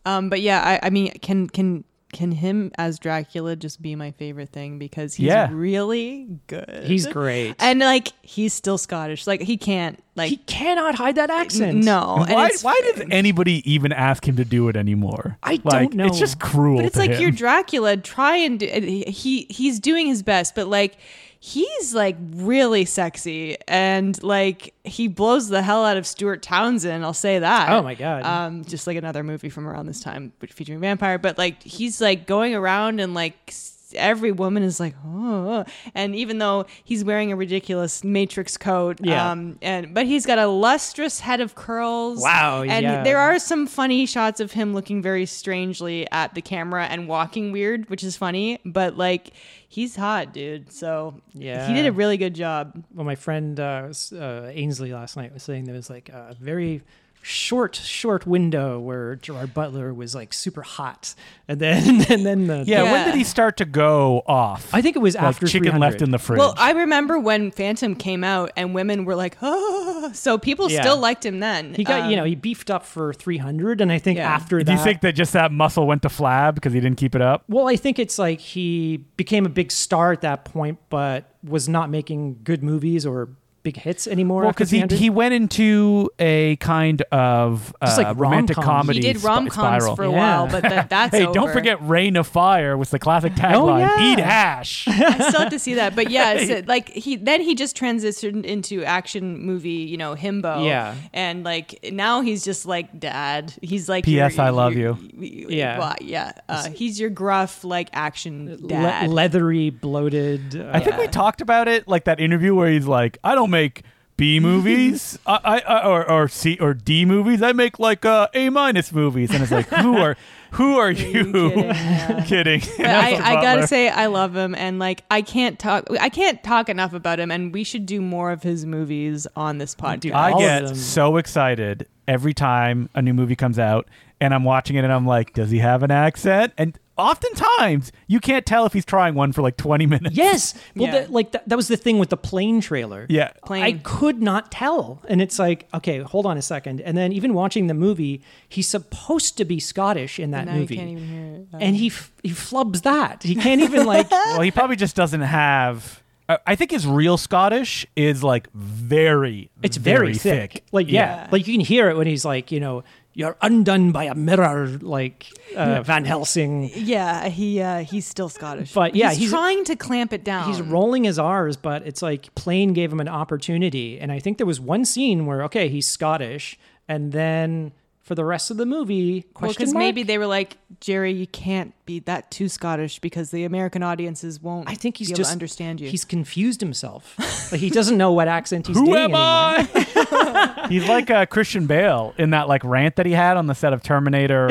[SPEAKER 1] Um, but yeah, I, I mean, can can can him as Dracula just be my favorite thing because he's
[SPEAKER 2] Yeah.
[SPEAKER 1] really good.
[SPEAKER 3] He's great.
[SPEAKER 1] and like he's still Scottish. Like he can't like
[SPEAKER 3] he cannot hide that accent.
[SPEAKER 1] no.
[SPEAKER 2] And
[SPEAKER 1] Oh, And
[SPEAKER 2] why
[SPEAKER 1] it's-
[SPEAKER 2] why does anybody even ask him to do it anymore?
[SPEAKER 3] I don't
[SPEAKER 2] Like,
[SPEAKER 3] know.
[SPEAKER 2] It's just cruel.
[SPEAKER 1] But it's
[SPEAKER 2] to
[SPEAKER 1] like
[SPEAKER 2] him.
[SPEAKER 1] you're Dracula. Try and do, he he's doing his best, but like he's like really sexy and like he blows the hell out of Stuart Townsend. I'll say that.
[SPEAKER 3] Oh my God.
[SPEAKER 1] Um, just like another movie from around this time but featuring vampire, but like he's like going around and like. s- Every woman is like, oh, and even though he's wearing a ridiculous matrix coat,
[SPEAKER 3] Yeah.
[SPEAKER 1] um, and but he's got a lustrous head of curls.
[SPEAKER 3] Wow,
[SPEAKER 1] and
[SPEAKER 3] yeah.
[SPEAKER 1] there are are some funny shots of him looking very strangely at the camera and walking weird, which is funny, but like he's hot, dude. So
[SPEAKER 3] Yeah.
[SPEAKER 1] he did a really good job.
[SPEAKER 3] well, my friend uh, s- uh, Ainsley last night was saying there was like a very short, short window where Gerard Butler was like super hot, and then and then the
[SPEAKER 2] yeah, When
[SPEAKER 1] Yeah.
[SPEAKER 2] did he start to go off?
[SPEAKER 3] I think it was
[SPEAKER 2] like
[SPEAKER 3] after
[SPEAKER 2] chicken
[SPEAKER 3] 300.
[SPEAKER 2] left in the fridge.
[SPEAKER 1] Well, I remember when Phantom came out and women were like, oh, so people
[SPEAKER 3] Yeah.
[SPEAKER 1] still liked him then.
[SPEAKER 3] He got you
[SPEAKER 1] Um,
[SPEAKER 3] know he beefed up for three hundred, and I think
[SPEAKER 1] Yeah.
[SPEAKER 3] after
[SPEAKER 2] do
[SPEAKER 3] that.
[SPEAKER 2] you think that just that muscle went to flab because he didn't keep it up?
[SPEAKER 3] well, I think it's like he became a big star at that point, but was not making good movies or big hits anymore.
[SPEAKER 2] Well,
[SPEAKER 3] after
[SPEAKER 2] because he,
[SPEAKER 3] 300.
[SPEAKER 2] he went into a kind of uh,
[SPEAKER 3] Just like
[SPEAKER 2] romantic
[SPEAKER 3] rom-coms.
[SPEAKER 2] comedy.
[SPEAKER 1] he did
[SPEAKER 2] sp-
[SPEAKER 1] rom coms
[SPEAKER 2] spiral.
[SPEAKER 1] for a
[SPEAKER 3] Yeah.
[SPEAKER 1] while, but that, that's
[SPEAKER 2] Hey, don't
[SPEAKER 1] over.
[SPEAKER 2] forget Rain of Fire was the classic tagline.
[SPEAKER 3] yeah.
[SPEAKER 2] Eat ash.
[SPEAKER 1] I still have to see that, but yeah, it's, like he then he just transitioned into action movie, you know, himbo.
[SPEAKER 3] Yeah.
[SPEAKER 1] and like now he's just like dad. He's like
[SPEAKER 2] P.S.
[SPEAKER 1] your-
[SPEAKER 2] I love
[SPEAKER 1] your-
[SPEAKER 3] Yeah.
[SPEAKER 1] well, yeah. Uh, he's your gruff like action
[SPEAKER 3] Le-
[SPEAKER 1] dad.
[SPEAKER 3] leathery, bloated. Uh,
[SPEAKER 2] I think we talked about it, like that interview where he's like, I don't make B movies, I, I, I or or C or D movies. I make like uh, A minus movies, and it's like, who are who are you?
[SPEAKER 1] kidding? Yeah.
[SPEAKER 2] Kidding.
[SPEAKER 1] But
[SPEAKER 2] That's the
[SPEAKER 1] I, I gotta
[SPEAKER 2] butler.
[SPEAKER 1] say I love him and like I can't talk I can't talk enough about him and we should do more of his movies on this podcast.
[SPEAKER 3] Dude,
[SPEAKER 2] I
[SPEAKER 3] all of
[SPEAKER 2] get
[SPEAKER 3] them.
[SPEAKER 2] so excited every time a new movie comes out, and I'm watching it, and I'm like, does he have an accent? And oftentimes, you can't tell if he's trying one for like 20 minutes.
[SPEAKER 3] Yes. Well,
[SPEAKER 1] Yeah.
[SPEAKER 3] that, like that, that was the thing with the plane trailer.
[SPEAKER 2] Yeah.
[SPEAKER 1] Plane.
[SPEAKER 3] I could not tell. And it's like, okay, hold on a second. And then even watching the movie, he's supposed to be Scottish in that
[SPEAKER 1] Now you
[SPEAKER 3] movie.
[SPEAKER 1] can't even hear it.
[SPEAKER 3] and he f- he flubs that. He can't even like
[SPEAKER 2] well, he probably just doesn't have. I- I think his real Scottish is like very.
[SPEAKER 3] it's very, thick. Like yeah.
[SPEAKER 1] Yeah.
[SPEAKER 3] Like you can hear it when he's like, you know, you're undone by a mirror like uh, Van Helsing.
[SPEAKER 1] Yeah, he uh, he's still Scottish.
[SPEAKER 3] But yeah,
[SPEAKER 1] he's,
[SPEAKER 3] he's-
[SPEAKER 1] trying to clamp it down.
[SPEAKER 3] He's rolling his R's, but it's like Plane gave him an opportunity. And I think there was one scene where, okay, he's Scottish, and then for the rest of the movie,
[SPEAKER 1] Well,
[SPEAKER 3] question
[SPEAKER 1] because
[SPEAKER 3] mark?
[SPEAKER 1] maybe they were like, Jerry, you can't be that too Scottish because the American audiences won't.
[SPEAKER 3] I think he's
[SPEAKER 1] be able to
[SPEAKER 3] just
[SPEAKER 1] understand you.
[SPEAKER 3] He's confused himself. like he doesn't know what accent he's
[SPEAKER 2] Who
[SPEAKER 3] doing
[SPEAKER 2] am
[SPEAKER 3] anymore.
[SPEAKER 2] I? he's like uh, Christian Bale in that like rant that he had on the set of Terminator,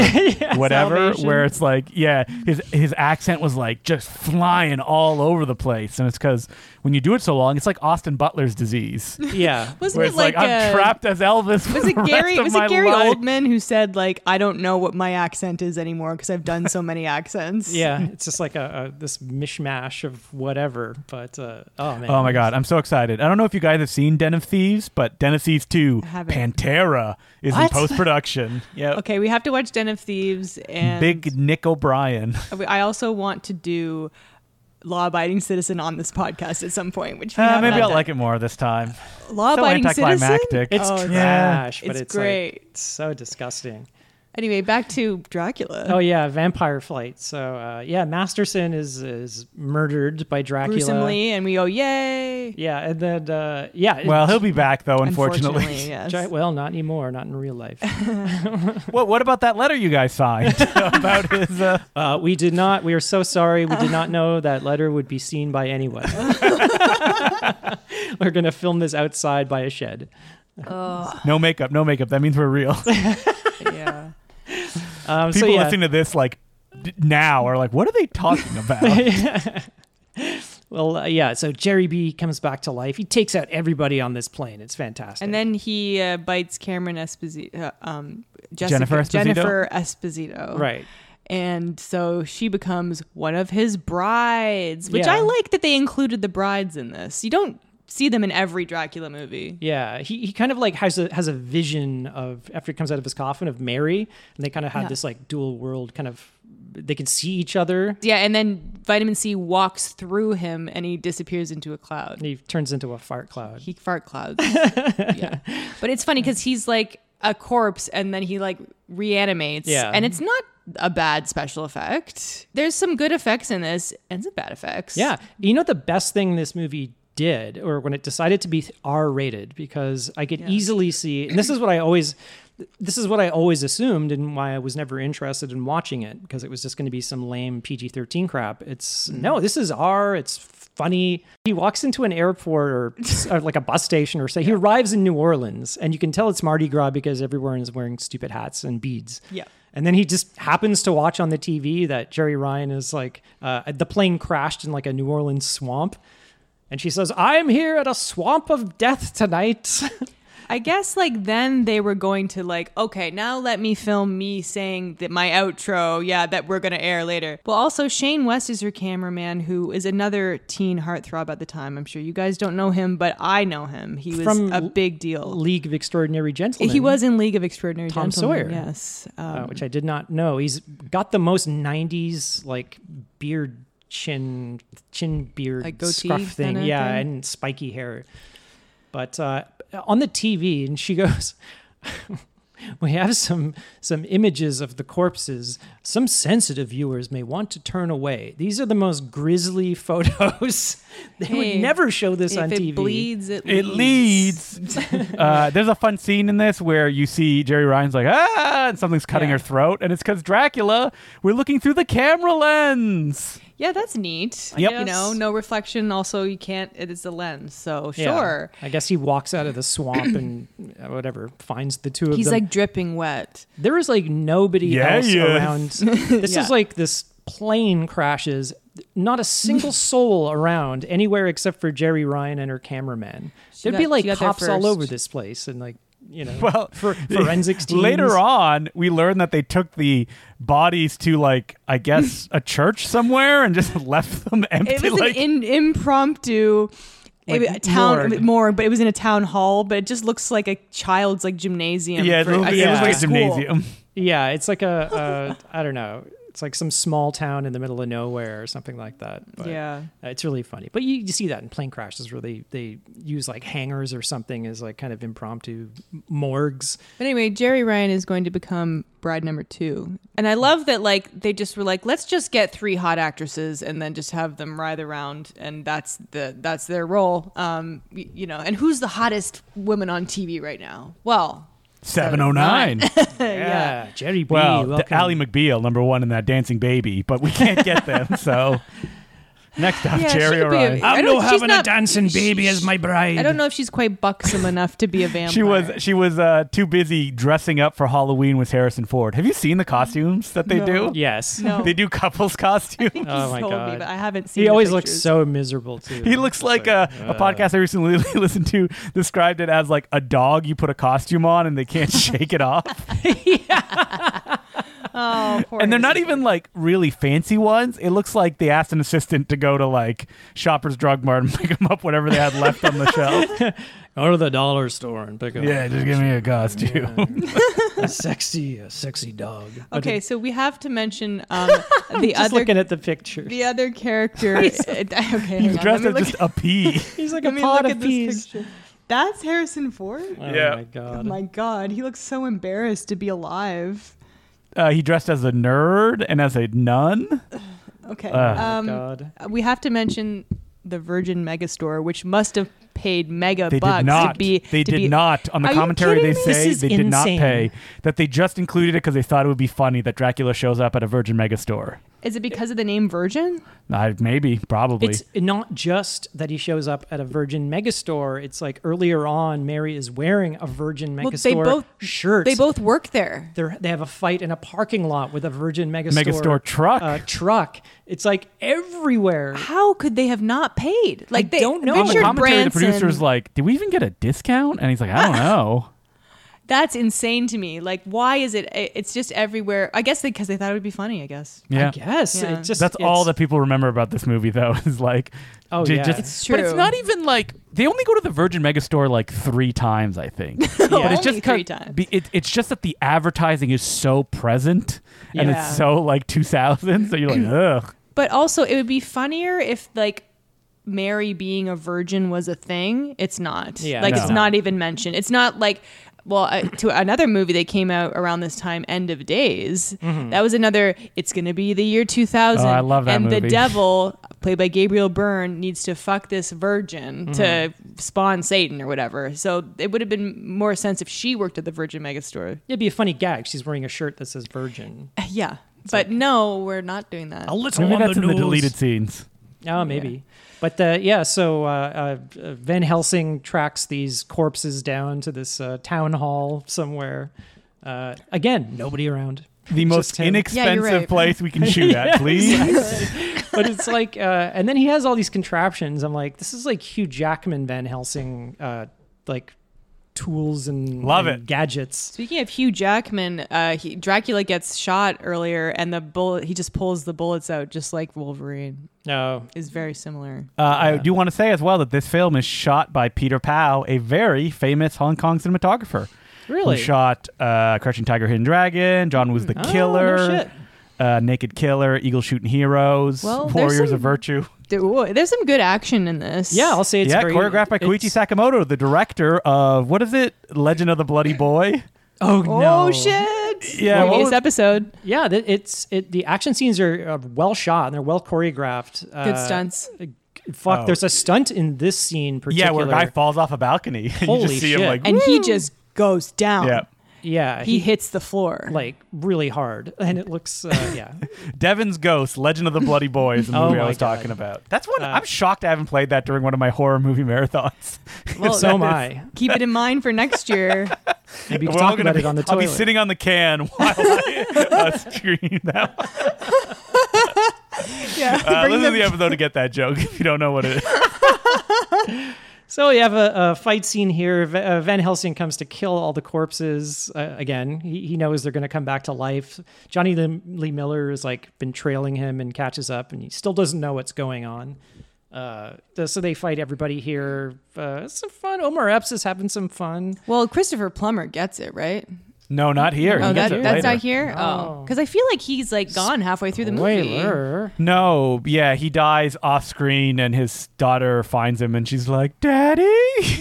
[SPEAKER 2] whatever,
[SPEAKER 3] Salvation.
[SPEAKER 2] where it's like, yeah, his his accent was like just flying all over the place, and it's because when you do it so long, it's like Austin Butler's disease,
[SPEAKER 3] Yeah.
[SPEAKER 1] Wasn't
[SPEAKER 2] where
[SPEAKER 1] it
[SPEAKER 2] it's like,
[SPEAKER 1] like,
[SPEAKER 2] I'm
[SPEAKER 1] uh,
[SPEAKER 2] trapped as Elvis. for
[SPEAKER 1] Was
[SPEAKER 2] the
[SPEAKER 1] it
[SPEAKER 2] rest
[SPEAKER 1] Gary?
[SPEAKER 2] of
[SPEAKER 1] Was
[SPEAKER 2] my
[SPEAKER 1] it Gary
[SPEAKER 2] life.
[SPEAKER 1] Oldman who said like, I don't know what my accent is anymore because I've done so many accents.
[SPEAKER 3] yeah, it's just like a, a this mishmash of whatever. But uh, oh man,
[SPEAKER 2] Oh my god, I'm so excited. I don't know if you guys have seen Den of Thieves, but Den of Thieves 2
[SPEAKER 1] I haven't.
[SPEAKER 2] Pantera is in
[SPEAKER 1] What?
[SPEAKER 2] post production. Yeah.
[SPEAKER 1] Okay, we have to watch Den of Thieves and
[SPEAKER 2] Big Nick O'Brien.
[SPEAKER 1] I also want to do law-abiding citizen on this podcast at some point. Which we
[SPEAKER 2] Uh,
[SPEAKER 1] have
[SPEAKER 2] maybe
[SPEAKER 1] not
[SPEAKER 2] I'll
[SPEAKER 1] done.
[SPEAKER 2] like it more this time. So
[SPEAKER 1] law-abiding citizen.
[SPEAKER 2] anticlimactic.
[SPEAKER 3] It's
[SPEAKER 1] Oh,
[SPEAKER 3] trash, but
[SPEAKER 1] it's
[SPEAKER 3] like,
[SPEAKER 1] great.
[SPEAKER 3] it's so disgusting.
[SPEAKER 1] Anyway, back to Dracula.
[SPEAKER 3] Oh yeah, Vampire Flight. So uh, yeah, Masterson is is murdered by Dracula.
[SPEAKER 1] Gruesomely, and we go, yay.
[SPEAKER 3] Yeah, and then uh, yeah. it-
[SPEAKER 2] Well, he'll be back though, unfortunately.
[SPEAKER 1] Unfortunately, yes.
[SPEAKER 3] Dra- well, not anymore. Not in real life.
[SPEAKER 2] what What about that letter you guys signed about his? Uh,
[SPEAKER 3] Uh, we did not. We are so sorry. We did not know that letter would be seen by anyone. We're gonna film this outside by a shed.
[SPEAKER 1] Oh,
[SPEAKER 2] no makeup, no makeup. That means we're real.
[SPEAKER 1] yeah.
[SPEAKER 3] Um, so
[SPEAKER 2] People
[SPEAKER 3] yeah.
[SPEAKER 2] listening to this like d- now are like, what are they talking about?
[SPEAKER 3] well, uh, yeah. So Jerry B comes back to life. He takes out everybody on this plane. It's fantastic.
[SPEAKER 1] And then he uh, bites Cameron Esposito. Uh, um, Jessica,
[SPEAKER 2] Jennifer Esposito?
[SPEAKER 1] Jennifer Esposito.
[SPEAKER 3] right.
[SPEAKER 1] And so she becomes one of his brides, which
[SPEAKER 3] Yeah.
[SPEAKER 1] I like that they included the brides in this. You don't see them in every Dracula movie.
[SPEAKER 3] Yeah, he, he kind of like has a has a vision of after he comes out of his coffin of Mary, and they kind of had
[SPEAKER 1] Yeah.
[SPEAKER 3] this like dual world kind of they can see each other.
[SPEAKER 1] Yeah, and then Vitamin C walks through him and he disappears into a cloud.
[SPEAKER 3] And he turns into a fart cloud.
[SPEAKER 1] He fart clouds. yeah. But it's funny because he's like a corpse and then he like reanimates.
[SPEAKER 3] Yeah.
[SPEAKER 1] And it's not a bad special effect. There's some good effects in this and some bad effects.
[SPEAKER 3] Yeah, you know the best thing this movie did, or when it decided to be R rated, because I could easily see, and this is what I always, this is what I always assumed, and why I was never interested in watching it because it was just going to be some lame PG thirteen crap. It's no, this is R. It's funny. He walks into an airport or, or like a bus station or say he arrives in New Orleans, and you can tell it's Mardi Gras because everyone is wearing stupid hats and beads.
[SPEAKER 1] Yeah.
[SPEAKER 3] And then he just happens to watch on the TV that Jerry Ryan is like, uh, the plane crashed in like a New Orleans swamp. And she says, I'm here at a swamp of death tonight.
[SPEAKER 1] I guess like then they were going to like, okay, now let me film me saying that my outro, yeah, that we're gonna air later. Well, also Shane West is your cameraman, who is another teen heartthrob at the time. I'm sure you guys don't know him, but I know him. He was
[SPEAKER 3] From
[SPEAKER 1] a
[SPEAKER 3] L-
[SPEAKER 1] big deal.
[SPEAKER 3] League of Extraordinary Gentlemen.
[SPEAKER 1] He was in League of Extraordinary
[SPEAKER 3] Tom
[SPEAKER 1] Gentlemen,
[SPEAKER 3] Sawyer.
[SPEAKER 1] Yes. Um,
[SPEAKER 3] uh, which I did not know. He's got the most 90s like beard, chin, chin beard,
[SPEAKER 1] Like goatee
[SPEAKER 3] scruff thing.
[SPEAKER 1] kinda
[SPEAKER 3] yeah,
[SPEAKER 1] thing?
[SPEAKER 3] and spiky hair. But uh, on the TV, and she goes, We have some some images of the corpses. Some sensitive viewers may want to turn away. These are the most grisly photos. they
[SPEAKER 1] Hey,
[SPEAKER 3] would never show this
[SPEAKER 1] if
[SPEAKER 3] on
[SPEAKER 1] it
[SPEAKER 3] TV.
[SPEAKER 1] bleeds, it,
[SPEAKER 2] it leads. Uh, there's a fun scene in this where you see Jerry Ryan's like, ah, and something's cutting
[SPEAKER 3] Yeah.
[SPEAKER 2] her throat, and it's because Dracula. We're looking through the camera lens.
[SPEAKER 1] Yeah, that's neat.
[SPEAKER 2] Yep.
[SPEAKER 1] You know,
[SPEAKER 3] guess.
[SPEAKER 1] no reflection. Also, you can't. It is a lens, so
[SPEAKER 3] Yeah.
[SPEAKER 1] sure.
[SPEAKER 3] I guess he walks out of the swamp and uh, whatever finds the two of
[SPEAKER 1] He's
[SPEAKER 3] them.
[SPEAKER 1] like dripping wet.
[SPEAKER 3] There was like nobody
[SPEAKER 2] Yeah,
[SPEAKER 3] else
[SPEAKER 2] yeah.
[SPEAKER 3] around. This
[SPEAKER 1] Yeah.
[SPEAKER 3] is like this plane crashes, not a single soul around anywhere except for Jerry Ryan and her cameraman. There'd
[SPEAKER 1] got-
[SPEAKER 3] be like
[SPEAKER 1] she got there
[SPEAKER 3] cops all over
[SPEAKER 1] first.
[SPEAKER 3] this place and like, you know,
[SPEAKER 2] Well,
[SPEAKER 3] for, forensics teams.
[SPEAKER 2] Later on, we learned that they took the bodies to like I guess a church somewhere and just left them empty.
[SPEAKER 1] It was
[SPEAKER 2] like,
[SPEAKER 1] an in, impromptu
[SPEAKER 3] Like
[SPEAKER 1] a town
[SPEAKER 3] morgue.
[SPEAKER 1] morgue. but it was in a town hall. But it just looks like a child's like gymnasium.
[SPEAKER 2] yeah, it
[SPEAKER 1] for-
[SPEAKER 2] was,
[SPEAKER 1] I
[SPEAKER 2] it
[SPEAKER 1] guess
[SPEAKER 3] yeah.
[SPEAKER 2] was
[SPEAKER 1] for
[SPEAKER 2] like a
[SPEAKER 1] school.
[SPEAKER 2] gymnasium.
[SPEAKER 3] Yeah, it's like a, a I don't know. It's like some small town in the middle of nowhere or something like that. But,
[SPEAKER 1] Yeah.
[SPEAKER 3] uh, it's really funny. But you, you see that in plane crashes where they, they use like hangars or something as like kind of impromptu morgues.
[SPEAKER 1] But anyway, Jerry Ryan is going to become bride number two, and I love that. Like they just were like, let's just get three hot actresses and then just have them writhe around, and that's the that's their role. Um, y- you know, and who's the hottest woman on TV right now? Well,
[SPEAKER 2] Seven oh nine.
[SPEAKER 3] Yeah, Jerry B.
[SPEAKER 2] Well, the
[SPEAKER 3] welcome.
[SPEAKER 2] Ally McBeal, number one in that Dancing Baby, but we can't get them. so next up,
[SPEAKER 1] Yeah, she
[SPEAKER 2] Jerry
[SPEAKER 1] could be a-
[SPEAKER 2] O'Reilly.
[SPEAKER 1] I
[SPEAKER 3] I'm
[SPEAKER 1] don't-
[SPEAKER 3] no
[SPEAKER 1] she's
[SPEAKER 3] having
[SPEAKER 1] not-
[SPEAKER 3] a dancing baby as my bride.
[SPEAKER 1] I don't know if she's quite buxom enough to be a vampire.
[SPEAKER 2] She was she was uh, too busy dressing up for Halloween with Harrison Ford. Have you seen the costumes that they
[SPEAKER 1] No.
[SPEAKER 2] do?
[SPEAKER 3] Yes.
[SPEAKER 1] No.
[SPEAKER 2] They do couples costumes.
[SPEAKER 3] Oh my
[SPEAKER 1] told me,
[SPEAKER 3] god.
[SPEAKER 1] but I haven't seen.
[SPEAKER 3] he
[SPEAKER 1] the
[SPEAKER 3] always looks
[SPEAKER 1] pictures.
[SPEAKER 3] so miserable too.
[SPEAKER 2] He looks
[SPEAKER 3] It's
[SPEAKER 2] like uh, a, a podcast I recently listened to described it as like a dog you put a costume on and they can't shake it off.
[SPEAKER 1] Oh, poor
[SPEAKER 2] And they're not
[SPEAKER 1] Harrison.
[SPEAKER 2] even like really fancy ones. It looks like they asked an assistant to go to like Shoppers Drug Mart and pick them up whatever they had left on the shelf.
[SPEAKER 3] Go to the dollar store and pick up
[SPEAKER 2] Yeah, just give me a costume.
[SPEAKER 3] a sexy, a sexy dog.
[SPEAKER 1] Okay, so we have to mention um, the
[SPEAKER 3] Just
[SPEAKER 1] other
[SPEAKER 3] looking at the picture.
[SPEAKER 1] the other character. okay, hang on.
[SPEAKER 2] He's
[SPEAKER 1] Let
[SPEAKER 2] dressed
[SPEAKER 1] me
[SPEAKER 2] as
[SPEAKER 1] look
[SPEAKER 2] just a pea.
[SPEAKER 3] He's like
[SPEAKER 1] Let
[SPEAKER 3] a
[SPEAKER 1] me
[SPEAKER 3] pot
[SPEAKER 1] look
[SPEAKER 3] of
[SPEAKER 1] at this
[SPEAKER 3] peas.
[SPEAKER 1] picture. That's Harrison Ford.
[SPEAKER 3] Oh
[SPEAKER 2] Yeah.
[SPEAKER 3] my
[SPEAKER 1] Oh
[SPEAKER 3] god.
[SPEAKER 1] my god, he looks so embarrassed to be alive.
[SPEAKER 2] Uh, he dressed as a nerd and as a nun.
[SPEAKER 1] Okay.
[SPEAKER 3] Oh,
[SPEAKER 1] um,
[SPEAKER 3] God.
[SPEAKER 1] we have to mention the Virgin Megastore, which must have paid mega
[SPEAKER 2] They
[SPEAKER 1] bucks
[SPEAKER 2] did not.
[SPEAKER 1] to be.
[SPEAKER 2] they
[SPEAKER 1] to
[SPEAKER 2] did
[SPEAKER 1] be-
[SPEAKER 2] not. On the
[SPEAKER 1] Are you
[SPEAKER 2] commentary, they
[SPEAKER 1] kidding me?
[SPEAKER 3] This
[SPEAKER 2] say
[SPEAKER 3] is
[SPEAKER 2] they did not
[SPEAKER 3] insane.
[SPEAKER 2] pay. That they just included it because they thought it would be funny that Dracula shows up at a Virgin Megastore.
[SPEAKER 1] Is it because of the name Virgin?
[SPEAKER 2] I, maybe, probably.
[SPEAKER 3] It's not just that he shows up at a Virgin Megastore. It's like earlier on, Mary is wearing a Virgin
[SPEAKER 1] Well,
[SPEAKER 3] Megastore
[SPEAKER 1] they both-
[SPEAKER 3] shirt.
[SPEAKER 1] They both work there.
[SPEAKER 3] They're, they have a fight in a parking lot with a Virgin Megastore,
[SPEAKER 2] Megastore truck.
[SPEAKER 3] Uh, truck. It's like everywhere.
[SPEAKER 1] How could they have not paid? Like they
[SPEAKER 3] don't know.
[SPEAKER 2] on the
[SPEAKER 1] Richard
[SPEAKER 2] commentary,
[SPEAKER 1] Branson.
[SPEAKER 2] the producer's like, "Did we even get a discount?" And he's like, "I don't know."
[SPEAKER 1] That's insane to me. Like, why is it? it- It's just everywhere. I guess because they thought it would be funny. I guess.
[SPEAKER 2] Yeah,
[SPEAKER 3] I guess
[SPEAKER 1] Yeah.
[SPEAKER 3] it just
[SPEAKER 2] that's all
[SPEAKER 3] it's-
[SPEAKER 2] that people remember about this movie, though. Is like,
[SPEAKER 3] Oh,
[SPEAKER 2] j-
[SPEAKER 3] yeah.
[SPEAKER 1] It's
[SPEAKER 2] But it's
[SPEAKER 1] true.
[SPEAKER 2] not even like they only go to the Virgin Megastore like three times, I think. But it's just
[SPEAKER 1] Only three
[SPEAKER 2] 'cause-
[SPEAKER 1] times.
[SPEAKER 2] be- it- it's just that the advertising is so present and
[SPEAKER 1] Yeah.
[SPEAKER 2] it's so like 2000, so you're like, ugh.
[SPEAKER 1] But also, it would be funnier if like Mary being a virgin was a thing. It's not.
[SPEAKER 3] Yeah,
[SPEAKER 1] like
[SPEAKER 2] no.
[SPEAKER 1] it's not even mentioned. It's not like. Well, uh, to another movie that came out around this time, End of Days. That was another. It's going to be the year 2000.
[SPEAKER 2] Mm-hmm. Oh, I love that
[SPEAKER 1] And
[SPEAKER 2] movie.
[SPEAKER 1] the devil, played by Gabriel Byrne, needs to fuck this virgin
[SPEAKER 2] Mm-hmm.
[SPEAKER 1] to spawn Satan or whatever. So it would have been more sense if she worked at the Virgin Megastore.
[SPEAKER 3] It'd be a funny gag. She's wearing a shirt that says Virgin.
[SPEAKER 1] Yeah, but no, we're not doing that.
[SPEAKER 3] A little
[SPEAKER 2] Maybe
[SPEAKER 3] on
[SPEAKER 2] that's
[SPEAKER 3] the
[SPEAKER 2] in the
[SPEAKER 3] nose.
[SPEAKER 2] deleted scenes.
[SPEAKER 3] Oh, maybe. But uh, yeah, so uh, uh, Van Helsing tracks these corpses down to this uh, town hall somewhere. Uh, again, nobody around.
[SPEAKER 2] The most
[SPEAKER 3] Just him.
[SPEAKER 1] Yeah,
[SPEAKER 2] inexpensive
[SPEAKER 1] you're right.
[SPEAKER 2] place we can shoot at, please.
[SPEAKER 3] but it's like, uh, and then he has all these contraptions. I'm like, this is like Hugh Jackman Van Helsing, uh, like tools and
[SPEAKER 2] Love
[SPEAKER 3] and
[SPEAKER 2] it.
[SPEAKER 3] gadgets.
[SPEAKER 1] Speaking of Hugh Jackman, uh, he, Dracula gets shot earlier, and the bullet he just pulls the bullets out just like Wolverine
[SPEAKER 3] No,
[SPEAKER 1] is very similar.
[SPEAKER 2] Uh, I do want to say as well that this film is shot by Peter Pao, a very famous Hong Kong cinematographer.
[SPEAKER 3] Really?
[SPEAKER 2] Who
[SPEAKER 3] Oh,
[SPEAKER 2] shot uh, Crouching Tiger, Hidden Dragon, John Was the
[SPEAKER 3] no
[SPEAKER 2] Killer,
[SPEAKER 3] shit.
[SPEAKER 2] uh, Naked Killer, Eagle Shooting Heroes,
[SPEAKER 1] Well, there's
[SPEAKER 2] Warriors
[SPEAKER 1] some-
[SPEAKER 2] of Virtue.
[SPEAKER 1] There- whoa, there's some good action in this.
[SPEAKER 3] yeah, I'll say it's
[SPEAKER 2] yeah,
[SPEAKER 3] very,
[SPEAKER 2] choreographed by Koichi
[SPEAKER 3] it's-
[SPEAKER 2] Sakamoto, the director of, what is it? Legend of the Bloody Boy?
[SPEAKER 3] Oh
[SPEAKER 1] oh
[SPEAKER 3] no!
[SPEAKER 1] shit!
[SPEAKER 2] Yeah, what
[SPEAKER 1] Previous
[SPEAKER 2] was-
[SPEAKER 1] episode.
[SPEAKER 3] Yeah, th- it's it. The action scenes are uh, well shot and they're well choreographed. Uh,
[SPEAKER 1] Good stunts.
[SPEAKER 3] Fuck,
[SPEAKER 2] Oh.
[SPEAKER 3] there's a stunt in this scene
[SPEAKER 2] Yeah,
[SPEAKER 3] particular.
[SPEAKER 2] where a guy falls off a balcony. you
[SPEAKER 3] Holy
[SPEAKER 2] just see him
[SPEAKER 3] shit.
[SPEAKER 2] like,
[SPEAKER 1] And he just goes down.
[SPEAKER 2] yeah.
[SPEAKER 3] yeah,
[SPEAKER 1] He
[SPEAKER 3] he,
[SPEAKER 1] hits the floor.
[SPEAKER 3] like really hard, and it looks uh, yeah.
[SPEAKER 2] Devin's Ghost, Legend of the Bloody Boy is the
[SPEAKER 3] Oh
[SPEAKER 2] movie I
[SPEAKER 3] my
[SPEAKER 2] was
[SPEAKER 3] God.
[SPEAKER 2] talking about. That's one,
[SPEAKER 3] Uh,
[SPEAKER 2] I'm shocked I haven't played that during one of my horror movie marathons.
[SPEAKER 3] well, so am I.
[SPEAKER 1] Keep it in mind for next year.
[SPEAKER 3] Maybe we
[SPEAKER 2] We're
[SPEAKER 3] can
[SPEAKER 2] all
[SPEAKER 3] talk
[SPEAKER 2] gonna
[SPEAKER 3] about
[SPEAKER 2] be-
[SPEAKER 3] it on the
[SPEAKER 2] I'll
[SPEAKER 3] toilet.
[SPEAKER 2] be sitting on the can while I uh, scream that one.
[SPEAKER 1] yeah.
[SPEAKER 2] Uh,
[SPEAKER 1] bring
[SPEAKER 2] listen to
[SPEAKER 1] them-
[SPEAKER 2] the episode to get that joke if you don't know what it is.
[SPEAKER 3] So you have a, a fight scene here. V- uh, Van Helsing comes to kill all the corpses uh, again. He, he knows they're going to come back to life. Johnny Lee, Lee Miller has like been trailing him and catches up, and he still doesn't know what's going on. Uh, th- so they fight everybody here. Uh, it's some fun. Omar Epps is having some fun.
[SPEAKER 1] well, Christopher Plummer gets it right.
[SPEAKER 2] No, not here.
[SPEAKER 1] Oh,
[SPEAKER 2] He
[SPEAKER 1] that,
[SPEAKER 2] gets
[SPEAKER 1] that's
[SPEAKER 2] it later.
[SPEAKER 1] not here. Oh,
[SPEAKER 3] No.
[SPEAKER 1] because I feel like he's like gone halfway through the movie.
[SPEAKER 3] Spoiler.
[SPEAKER 2] No, yeah, he dies off screen, and his daughter finds him, and she's like, "Daddy."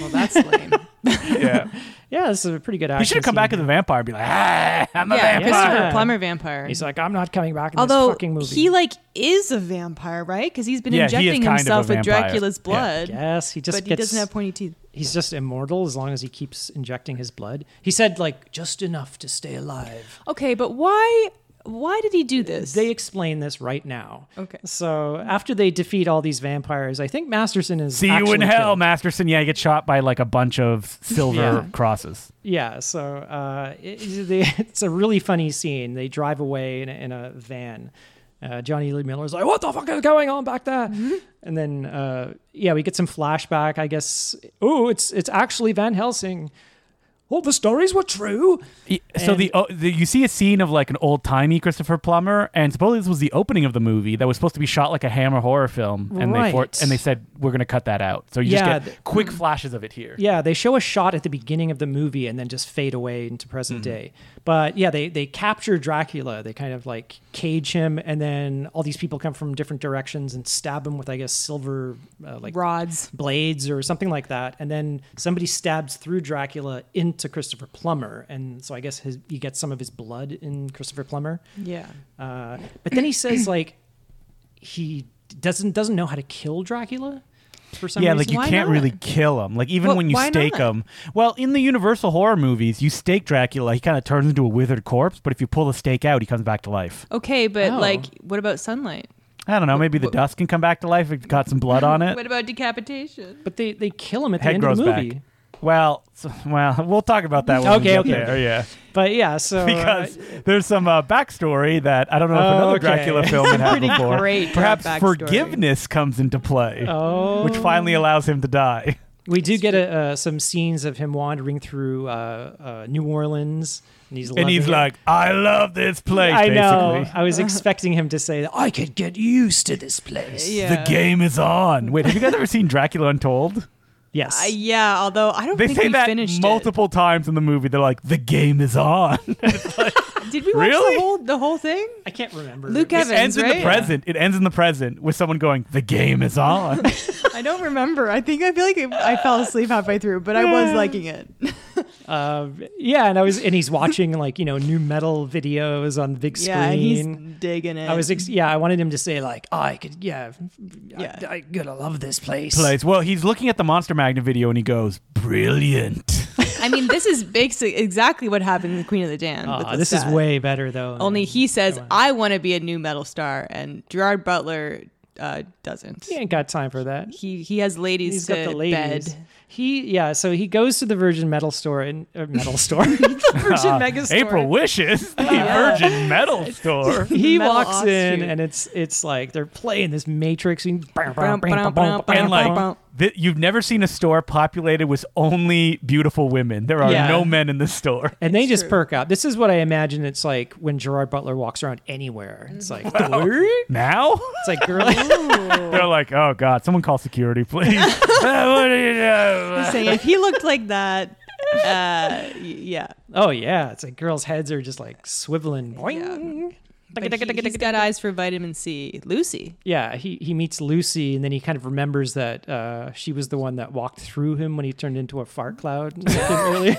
[SPEAKER 1] Well, that's lame.
[SPEAKER 2] Yeah,
[SPEAKER 3] Yeah, this is a pretty good action.
[SPEAKER 2] he should have come back as
[SPEAKER 3] scene.
[SPEAKER 2] a vampire and be like, "Ah, I'm a
[SPEAKER 1] yeah,
[SPEAKER 2] vampire."
[SPEAKER 1] Christopher
[SPEAKER 3] Yeah.
[SPEAKER 1] Plummer vampire.
[SPEAKER 3] He's like, I'm not coming back in
[SPEAKER 1] Although
[SPEAKER 3] this fucking movie.
[SPEAKER 1] he like is a vampire, right? Because he's been
[SPEAKER 2] Yeah, he is
[SPEAKER 1] injecting
[SPEAKER 2] kind of a
[SPEAKER 1] himself with
[SPEAKER 2] vampire.
[SPEAKER 1] Dracula's
[SPEAKER 2] Yeah.
[SPEAKER 1] blood,
[SPEAKER 3] yes, he just
[SPEAKER 1] but he
[SPEAKER 3] gets.
[SPEAKER 1] doesn't have pointy teeth.
[SPEAKER 3] he's just immortal as long as he keeps injecting his blood. He said like just enough to stay alive.
[SPEAKER 1] Okay, but why? Why did he do this?
[SPEAKER 3] They explain this right now.
[SPEAKER 1] Okay.
[SPEAKER 3] So after they defeat all these vampires, I think Masterson is.
[SPEAKER 2] See you in
[SPEAKER 3] actually
[SPEAKER 2] hell,
[SPEAKER 3] killed.
[SPEAKER 2] Masterson. Yeah, he gets shot by like a bunch of silver
[SPEAKER 3] Yeah.
[SPEAKER 2] crosses.
[SPEAKER 3] Yeah. So uh, it- it- it's a really funny scene. They drive away in a, in a van. Uh, Johnny Lee Miller's like, "What the fuck is going on back there?" And then, uh, yeah, we get some flashback. I guess. Oh, it's it's actually Van Helsing. All the stories were true.
[SPEAKER 2] Y- So
[SPEAKER 3] And-
[SPEAKER 2] the, oh, the you see a scene of like an old timey Christopher Plummer, and supposedly this was the opening of the movie that was supposed to be shot like a Hammer horror film, and they for,
[SPEAKER 3] Right.
[SPEAKER 2] and they said we're gonna cut that out. So you
[SPEAKER 3] Yeah,
[SPEAKER 2] just get
[SPEAKER 3] th- mm.
[SPEAKER 2] quick flashes of it here.
[SPEAKER 3] Yeah, they show a shot at the beginning of the movie and then just fade away into present
[SPEAKER 2] Mm-hmm.
[SPEAKER 3] day. But yeah, they they capture Dracula. They kind of like cage him, and then all these people come from different directions and stab him with, I guess, silver uh, like
[SPEAKER 1] rods.
[SPEAKER 3] blades or something like that. And then somebody stabs through Dracula in into Christopher Plummer, and so I guess his, he gets some of his blood in Christopher Plummer.
[SPEAKER 1] Yeah.
[SPEAKER 3] Uh, but then he says like he doesn't doesn't know how to kill Dracula for some
[SPEAKER 2] yeah,
[SPEAKER 3] reason.
[SPEAKER 2] like you
[SPEAKER 1] Why
[SPEAKER 2] can't
[SPEAKER 1] not?
[SPEAKER 2] really kill him. Like even
[SPEAKER 1] Well,
[SPEAKER 2] when you
[SPEAKER 1] why
[SPEAKER 2] stake
[SPEAKER 1] not?
[SPEAKER 2] him. Well, in the Universal horror movies, you stake Dracula, he kind of turns into a withered corpse, but if you pull the stake out, he comes back to life.
[SPEAKER 1] Okay, but
[SPEAKER 3] Oh.
[SPEAKER 1] like, what about sunlight?
[SPEAKER 2] I don't know, maybe the
[SPEAKER 1] wh-
[SPEAKER 2] dust can come back to life if it's got some blood on it.
[SPEAKER 1] What about decapitation?
[SPEAKER 3] but they they kill him at the
[SPEAKER 2] Head
[SPEAKER 3] end of
[SPEAKER 2] grows
[SPEAKER 3] the
[SPEAKER 2] back.
[SPEAKER 3] movie.
[SPEAKER 2] Well, so, well, we'll talk about that when we
[SPEAKER 3] Okay,
[SPEAKER 2] get
[SPEAKER 3] okay.
[SPEAKER 2] there, yeah.
[SPEAKER 3] But yeah, so uh,
[SPEAKER 2] Because there's some uh, backstory that I don't know if
[SPEAKER 3] Oh,
[SPEAKER 2] another
[SPEAKER 3] okay.
[SPEAKER 2] Dracula film had
[SPEAKER 1] Pretty
[SPEAKER 2] before.
[SPEAKER 1] great
[SPEAKER 2] Perhaps
[SPEAKER 1] backstory.
[SPEAKER 2] forgiveness comes into play,
[SPEAKER 3] oh,
[SPEAKER 2] which finally allows him to die.
[SPEAKER 3] we do get a, uh, some scenes of him wandering through uh, uh, New Orleans, and he's
[SPEAKER 2] and he's
[SPEAKER 3] loving it.
[SPEAKER 2] like, "I love this place."
[SPEAKER 3] I know.
[SPEAKER 2] basically.
[SPEAKER 3] I was expecting him to say, "I could get used to this place."
[SPEAKER 1] Yeah.
[SPEAKER 2] The game is on. Wait, have you guys ever seen Dracula Untold?
[SPEAKER 3] Yes.
[SPEAKER 1] Uh, yeah, although I don't
[SPEAKER 2] They
[SPEAKER 1] think
[SPEAKER 2] say
[SPEAKER 1] we
[SPEAKER 2] that
[SPEAKER 1] finished
[SPEAKER 2] multiple times in the movie. They're like, "The game is on."
[SPEAKER 1] it. Did we watch
[SPEAKER 2] Really?
[SPEAKER 1] the whole the whole thing?
[SPEAKER 3] I can't remember.
[SPEAKER 1] Luke
[SPEAKER 2] it
[SPEAKER 1] Evans,
[SPEAKER 2] ends in
[SPEAKER 1] right?
[SPEAKER 2] the present. It ends in the present with someone going, "The game is on."
[SPEAKER 1] I don't remember. I think I feel like I, I fell asleep halfway through, but I was liking it.
[SPEAKER 3] Uh, yeah, and I was, and he's watching like you know new metal videos on the big screen.
[SPEAKER 1] Yeah, he's digging it.
[SPEAKER 3] I was, ex- yeah, I wanted him to say like, "Oh, I could, yeah,
[SPEAKER 1] Yeah.
[SPEAKER 3] I, I gotta love this place.
[SPEAKER 2] place. Well, he's looking at the Monster Magnet video and he goes, "Brilliant."
[SPEAKER 1] I mean, this is basi- exactly what happened in the Queen of the Dan.
[SPEAKER 3] Ah,
[SPEAKER 1] with the
[SPEAKER 3] this is
[SPEAKER 1] set.
[SPEAKER 3] way better though.
[SPEAKER 1] Only
[SPEAKER 3] than-
[SPEAKER 1] he says, "I want to be a new metal star," and Gerard Butler uh, doesn't.
[SPEAKER 3] he ain't got time for that.
[SPEAKER 1] He he has ladies
[SPEAKER 3] He's
[SPEAKER 1] to
[SPEAKER 3] got the ladies.
[SPEAKER 1] bed.
[SPEAKER 3] He yeah, so he goes to the Virgin Metal Store and or metal store.
[SPEAKER 1] Virgin
[SPEAKER 2] Uh,
[SPEAKER 1] Megastore.
[SPEAKER 2] April wishes the
[SPEAKER 1] Yeah.
[SPEAKER 2] Virgin Metal store.
[SPEAKER 3] he
[SPEAKER 1] Metal
[SPEAKER 3] walks in
[SPEAKER 1] offshoot.
[SPEAKER 3] and it's it's like they're playing this Matrix and
[SPEAKER 1] Brum, brum, brum,
[SPEAKER 2] And
[SPEAKER 1] brum,
[SPEAKER 2] like,
[SPEAKER 1] brum.
[SPEAKER 2] th- you've never seen a store populated with only beautiful women. There are
[SPEAKER 3] Yeah.
[SPEAKER 2] no men in this store.
[SPEAKER 3] and they
[SPEAKER 1] It's
[SPEAKER 3] just
[SPEAKER 1] true.
[SPEAKER 3] perk up. This is what I imagine it's like when Gerard Butler walks around anywhere. It's like "Dork?"
[SPEAKER 2] Now
[SPEAKER 3] it's like girl.
[SPEAKER 2] they're like, "Oh God, someone call security, please." Uh, what do you know?
[SPEAKER 1] He's saying if he looked like that, uh, y- yeah.
[SPEAKER 3] oh yeah, it's like girls' heads are just like swiveling. Boing.
[SPEAKER 1] But he, he's got eyes for vitamin C. Lucy.
[SPEAKER 3] Yeah, he, he meets Lucy and then he kind of remembers that uh, she was the one that walked through him when he turned into a fart cloud like in earlier.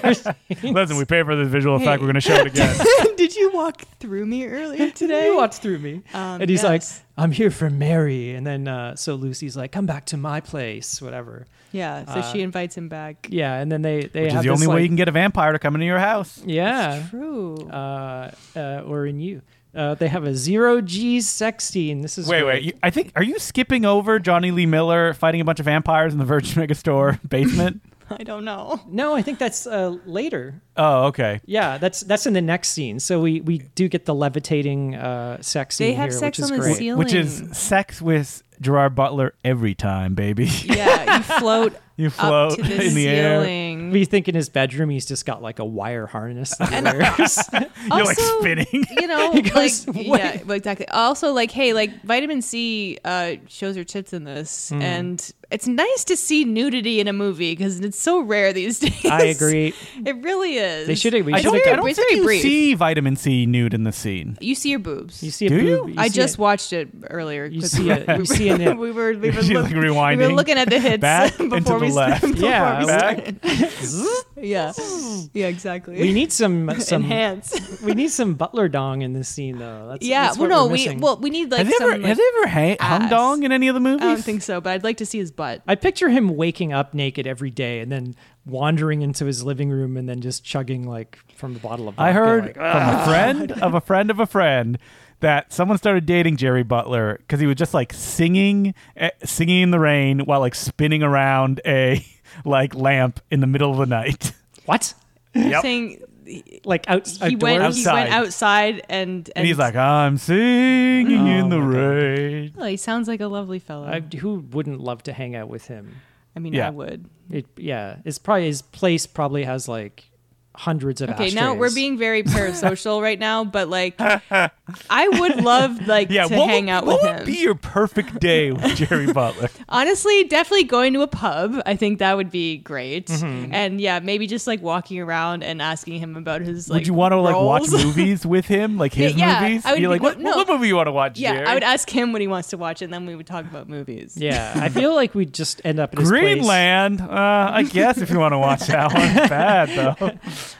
[SPEAKER 2] Listen, we pay for this visual effect.
[SPEAKER 1] Hey.
[SPEAKER 2] We're gonna show it again.
[SPEAKER 1] Did you walk through me earlier today?
[SPEAKER 3] You walked through me.
[SPEAKER 1] Um,
[SPEAKER 3] and
[SPEAKER 1] yes.
[SPEAKER 3] he's like, I'm here for Mary. And then uh, so Lucy's like, come back to my place, whatever.
[SPEAKER 1] Yeah. So
[SPEAKER 3] Uh,
[SPEAKER 1] she invites him back.
[SPEAKER 3] Yeah, and then they they
[SPEAKER 2] Which is
[SPEAKER 3] have
[SPEAKER 2] the
[SPEAKER 3] this,
[SPEAKER 2] only way
[SPEAKER 3] like-
[SPEAKER 2] you can get a vampire to come into your house.
[SPEAKER 3] Yeah,
[SPEAKER 1] True.
[SPEAKER 3] uh, uh, or in you. Uh, they have a zero G sex scene. This is
[SPEAKER 2] Wait,
[SPEAKER 3] great.
[SPEAKER 2] wait. You, I think are you skipping over Johnny Lee Miller fighting a bunch of vampires in the Virgin Megastore basement?
[SPEAKER 1] I don't know.
[SPEAKER 3] No, I think that's uh, later.
[SPEAKER 2] oh, okay.
[SPEAKER 3] Yeah, that's that's in the next scene. So we we do get the levitating uh, sex scene
[SPEAKER 1] They have
[SPEAKER 3] here,
[SPEAKER 1] sex
[SPEAKER 3] which is
[SPEAKER 1] on the
[SPEAKER 3] great.
[SPEAKER 1] ceiling.
[SPEAKER 2] Which is sex with Gerard Butler every time, baby.
[SPEAKER 1] Yeah. You float
[SPEAKER 2] you
[SPEAKER 1] up
[SPEAKER 2] float
[SPEAKER 1] to the
[SPEAKER 2] in the air.
[SPEAKER 1] ceiling.
[SPEAKER 3] We think in his bedroom he's just got like a wire harness that he wears.
[SPEAKER 2] You're like
[SPEAKER 1] Also-
[SPEAKER 2] spinning.
[SPEAKER 1] you know,
[SPEAKER 3] He goes,
[SPEAKER 1] like
[SPEAKER 3] "Wait."
[SPEAKER 1] yeah, well, exactly. Also, like, hey, like vitamin C uh, shows her tits in this,
[SPEAKER 3] Mm.
[SPEAKER 1] and it's nice to see nudity in a movie because it's so rare these days.
[SPEAKER 3] I agree.
[SPEAKER 1] It really is.
[SPEAKER 3] They should have. we
[SPEAKER 1] I
[SPEAKER 3] should
[SPEAKER 1] don't-
[SPEAKER 3] have
[SPEAKER 1] I
[SPEAKER 3] done-
[SPEAKER 1] don't- it's
[SPEAKER 2] think
[SPEAKER 1] very
[SPEAKER 2] you
[SPEAKER 1] brief.
[SPEAKER 2] see vitamin C nude in the scene.
[SPEAKER 1] You see your boobs.
[SPEAKER 3] You see a
[SPEAKER 2] Do you?
[SPEAKER 3] boob,
[SPEAKER 1] I
[SPEAKER 3] see a-
[SPEAKER 1] just watched it earlier.
[SPEAKER 3] You
[SPEAKER 1] 'cause
[SPEAKER 3] see
[SPEAKER 1] we-
[SPEAKER 3] it- you
[SPEAKER 1] we-
[SPEAKER 3] see it.
[SPEAKER 1] We were we were,
[SPEAKER 2] She's
[SPEAKER 1] look-
[SPEAKER 2] like
[SPEAKER 1] we
[SPEAKER 2] rewinding.
[SPEAKER 1] were looking at the hits
[SPEAKER 2] Back and to
[SPEAKER 1] before
[SPEAKER 2] the
[SPEAKER 1] we
[SPEAKER 2] left.
[SPEAKER 1] started.
[SPEAKER 3] Yeah,
[SPEAKER 1] yeah, yeah, exactly.
[SPEAKER 3] we need some some
[SPEAKER 1] enhance.
[SPEAKER 3] we need some butler dong in this scene though. That's,
[SPEAKER 1] Yeah,
[SPEAKER 3] that's
[SPEAKER 1] well,
[SPEAKER 3] what
[SPEAKER 1] no,
[SPEAKER 3] we're
[SPEAKER 1] we
[SPEAKER 3] missing.
[SPEAKER 1] well we need like
[SPEAKER 2] has
[SPEAKER 1] some.
[SPEAKER 2] ever
[SPEAKER 1] like-
[SPEAKER 2] has ever ha- hung
[SPEAKER 1] ass.
[SPEAKER 2] dong in any of the movies?
[SPEAKER 1] I don't think so, but I'd like to see his butt.
[SPEAKER 3] I picture him waking up naked every day and then wandering into his living room and then just chugging like from a bottle of. Vodka,
[SPEAKER 2] I heard
[SPEAKER 3] like,
[SPEAKER 2] from a friend of a friend of a friend that someone started dating Jerry Butler because he was just like singing, eh, singing in the rain while like spinning around a like lamp in the middle of the night.
[SPEAKER 3] what?
[SPEAKER 2] Yep.
[SPEAKER 1] Saying
[SPEAKER 3] Like out,
[SPEAKER 1] he went
[SPEAKER 3] outdoors?
[SPEAKER 1] he went
[SPEAKER 2] Outside.
[SPEAKER 1] outside and and,
[SPEAKER 2] And he's like, "I'm singing
[SPEAKER 3] Oh
[SPEAKER 2] in the
[SPEAKER 3] my God.
[SPEAKER 2] rain."
[SPEAKER 1] oh, he sounds like a lovely fellow.
[SPEAKER 3] I,
[SPEAKER 1] I,
[SPEAKER 3] who wouldn't love to hang out with him?
[SPEAKER 1] mean,
[SPEAKER 2] Yeah.
[SPEAKER 1] I would.
[SPEAKER 3] It yeah, it's probably his place. Probably has like hundreds of
[SPEAKER 1] Okay,
[SPEAKER 3] ashtrays.
[SPEAKER 1] now we're being very parasocial right now, but like, I would love like
[SPEAKER 2] Yeah,
[SPEAKER 1] to
[SPEAKER 2] what
[SPEAKER 1] hang
[SPEAKER 2] would,
[SPEAKER 1] out
[SPEAKER 2] what
[SPEAKER 1] with
[SPEAKER 2] would
[SPEAKER 1] him.
[SPEAKER 2] be your perfect day with Jerry Butler?
[SPEAKER 1] Honestly, definitely going to a pub. I think that would be great.
[SPEAKER 2] Mm-hmm.
[SPEAKER 1] And yeah, maybe just like walking around and asking him about his like.
[SPEAKER 2] would you want to like watch
[SPEAKER 1] roles.
[SPEAKER 2] movies with him, like his
[SPEAKER 1] Yeah,
[SPEAKER 2] movies?
[SPEAKER 1] I would
[SPEAKER 2] You're
[SPEAKER 1] be-
[SPEAKER 2] like, what,
[SPEAKER 1] no.
[SPEAKER 2] what movie you want to watch,
[SPEAKER 1] yeah,
[SPEAKER 2] Jerry?
[SPEAKER 1] I would ask him what he wants to watch, and then we would talk about movies.
[SPEAKER 3] Yeah, I feel like we just end up in this place.
[SPEAKER 2] Greenland, uh, I guess if you want to watch that one, bad though.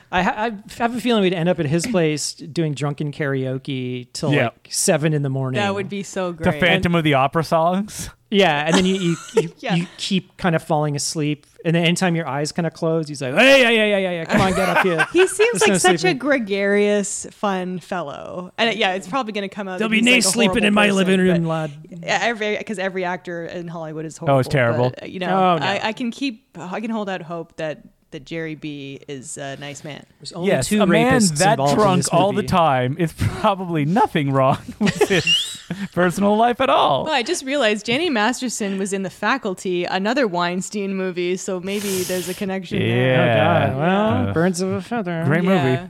[SPEAKER 3] I, ha- I have a feeling we'd end up at his place doing drunken karaoke till
[SPEAKER 2] Yeah.
[SPEAKER 3] like seven in the morning.
[SPEAKER 1] That would be so
[SPEAKER 2] The
[SPEAKER 1] great.
[SPEAKER 2] Phantom of the Opera songs.
[SPEAKER 3] yeah, and then you you, you,
[SPEAKER 1] Yeah.
[SPEAKER 3] you keep kind of falling asleep, and then anytime your eyes kind of close, he's like, hey, yeah, yeah, yeah, yeah, yeah, come on, get up here.
[SPEAKER 1] He seems
[SPEAKER 3] There's
[SPEAKER 1] like
[SPEAKER 3] no
[SPEAKER 1] such
[SPEAKER 3] sleeping.
[SPEAKER 1] a gregarious, fun fellow, and uh, yeah, it's probably going to come out.
[SPEAKER 3] There'll
[SPEAKER 1] that
[SPEAKER 3] be
[SPEAKER 1] he's,
[SPEAKER 3] no
[SPEAKER 1] like, a
[SPEAKER 3] sleeping
[SPEAKER 1] horrible
[SPEAKER 3] in my
[SPEAKER 1] person,
[SPEAKER 3] living room,
[SPEAKER 1] but-
[SPEAKER 3] lad.
[SPEAKER 1] Yeah, every because every actor in Hollywood is horrible.
[SPEAKER 2] terrible.
[SPEAKER 1] but, uh, you know,
[SPEAKER 3] Oh, no.
[SPEAKER 1] I, I can keep, I can hold out hope that that Jerry B is a nice man.
[SPEAKER 3] There's only
[SPEAKER 2] yes,
[SPEAKER 3] two
[SPEAKER 2] a man
[SPEAKER 3] rapists
[SPEAKER 2] that
[SPEAKER 3] involved in
[SPEAKER 2] drunk
[SPEAKER 3] this
[SPEAKER 2] all the
[SPEAKER 3] movie.
[SPEAKER 2] time is probably nothing wrong with his personal life at all.
[SPEAKER 1] Well, I just realized Jenny Masterson was in The Faculty, another Weinstein movie, so maybe there's a connection.
[SPEAKER 3] Oh
[SPEAKER 1] there.
[SPEAKER 2] Yeah.
[SPEAKER 3] god! Well,
[SPEAKER 2] Uh,
[SPEAKER 3] birds of a feather.
[SPEAKER 2] Great movie.
[SPEAKER 1] Yeah.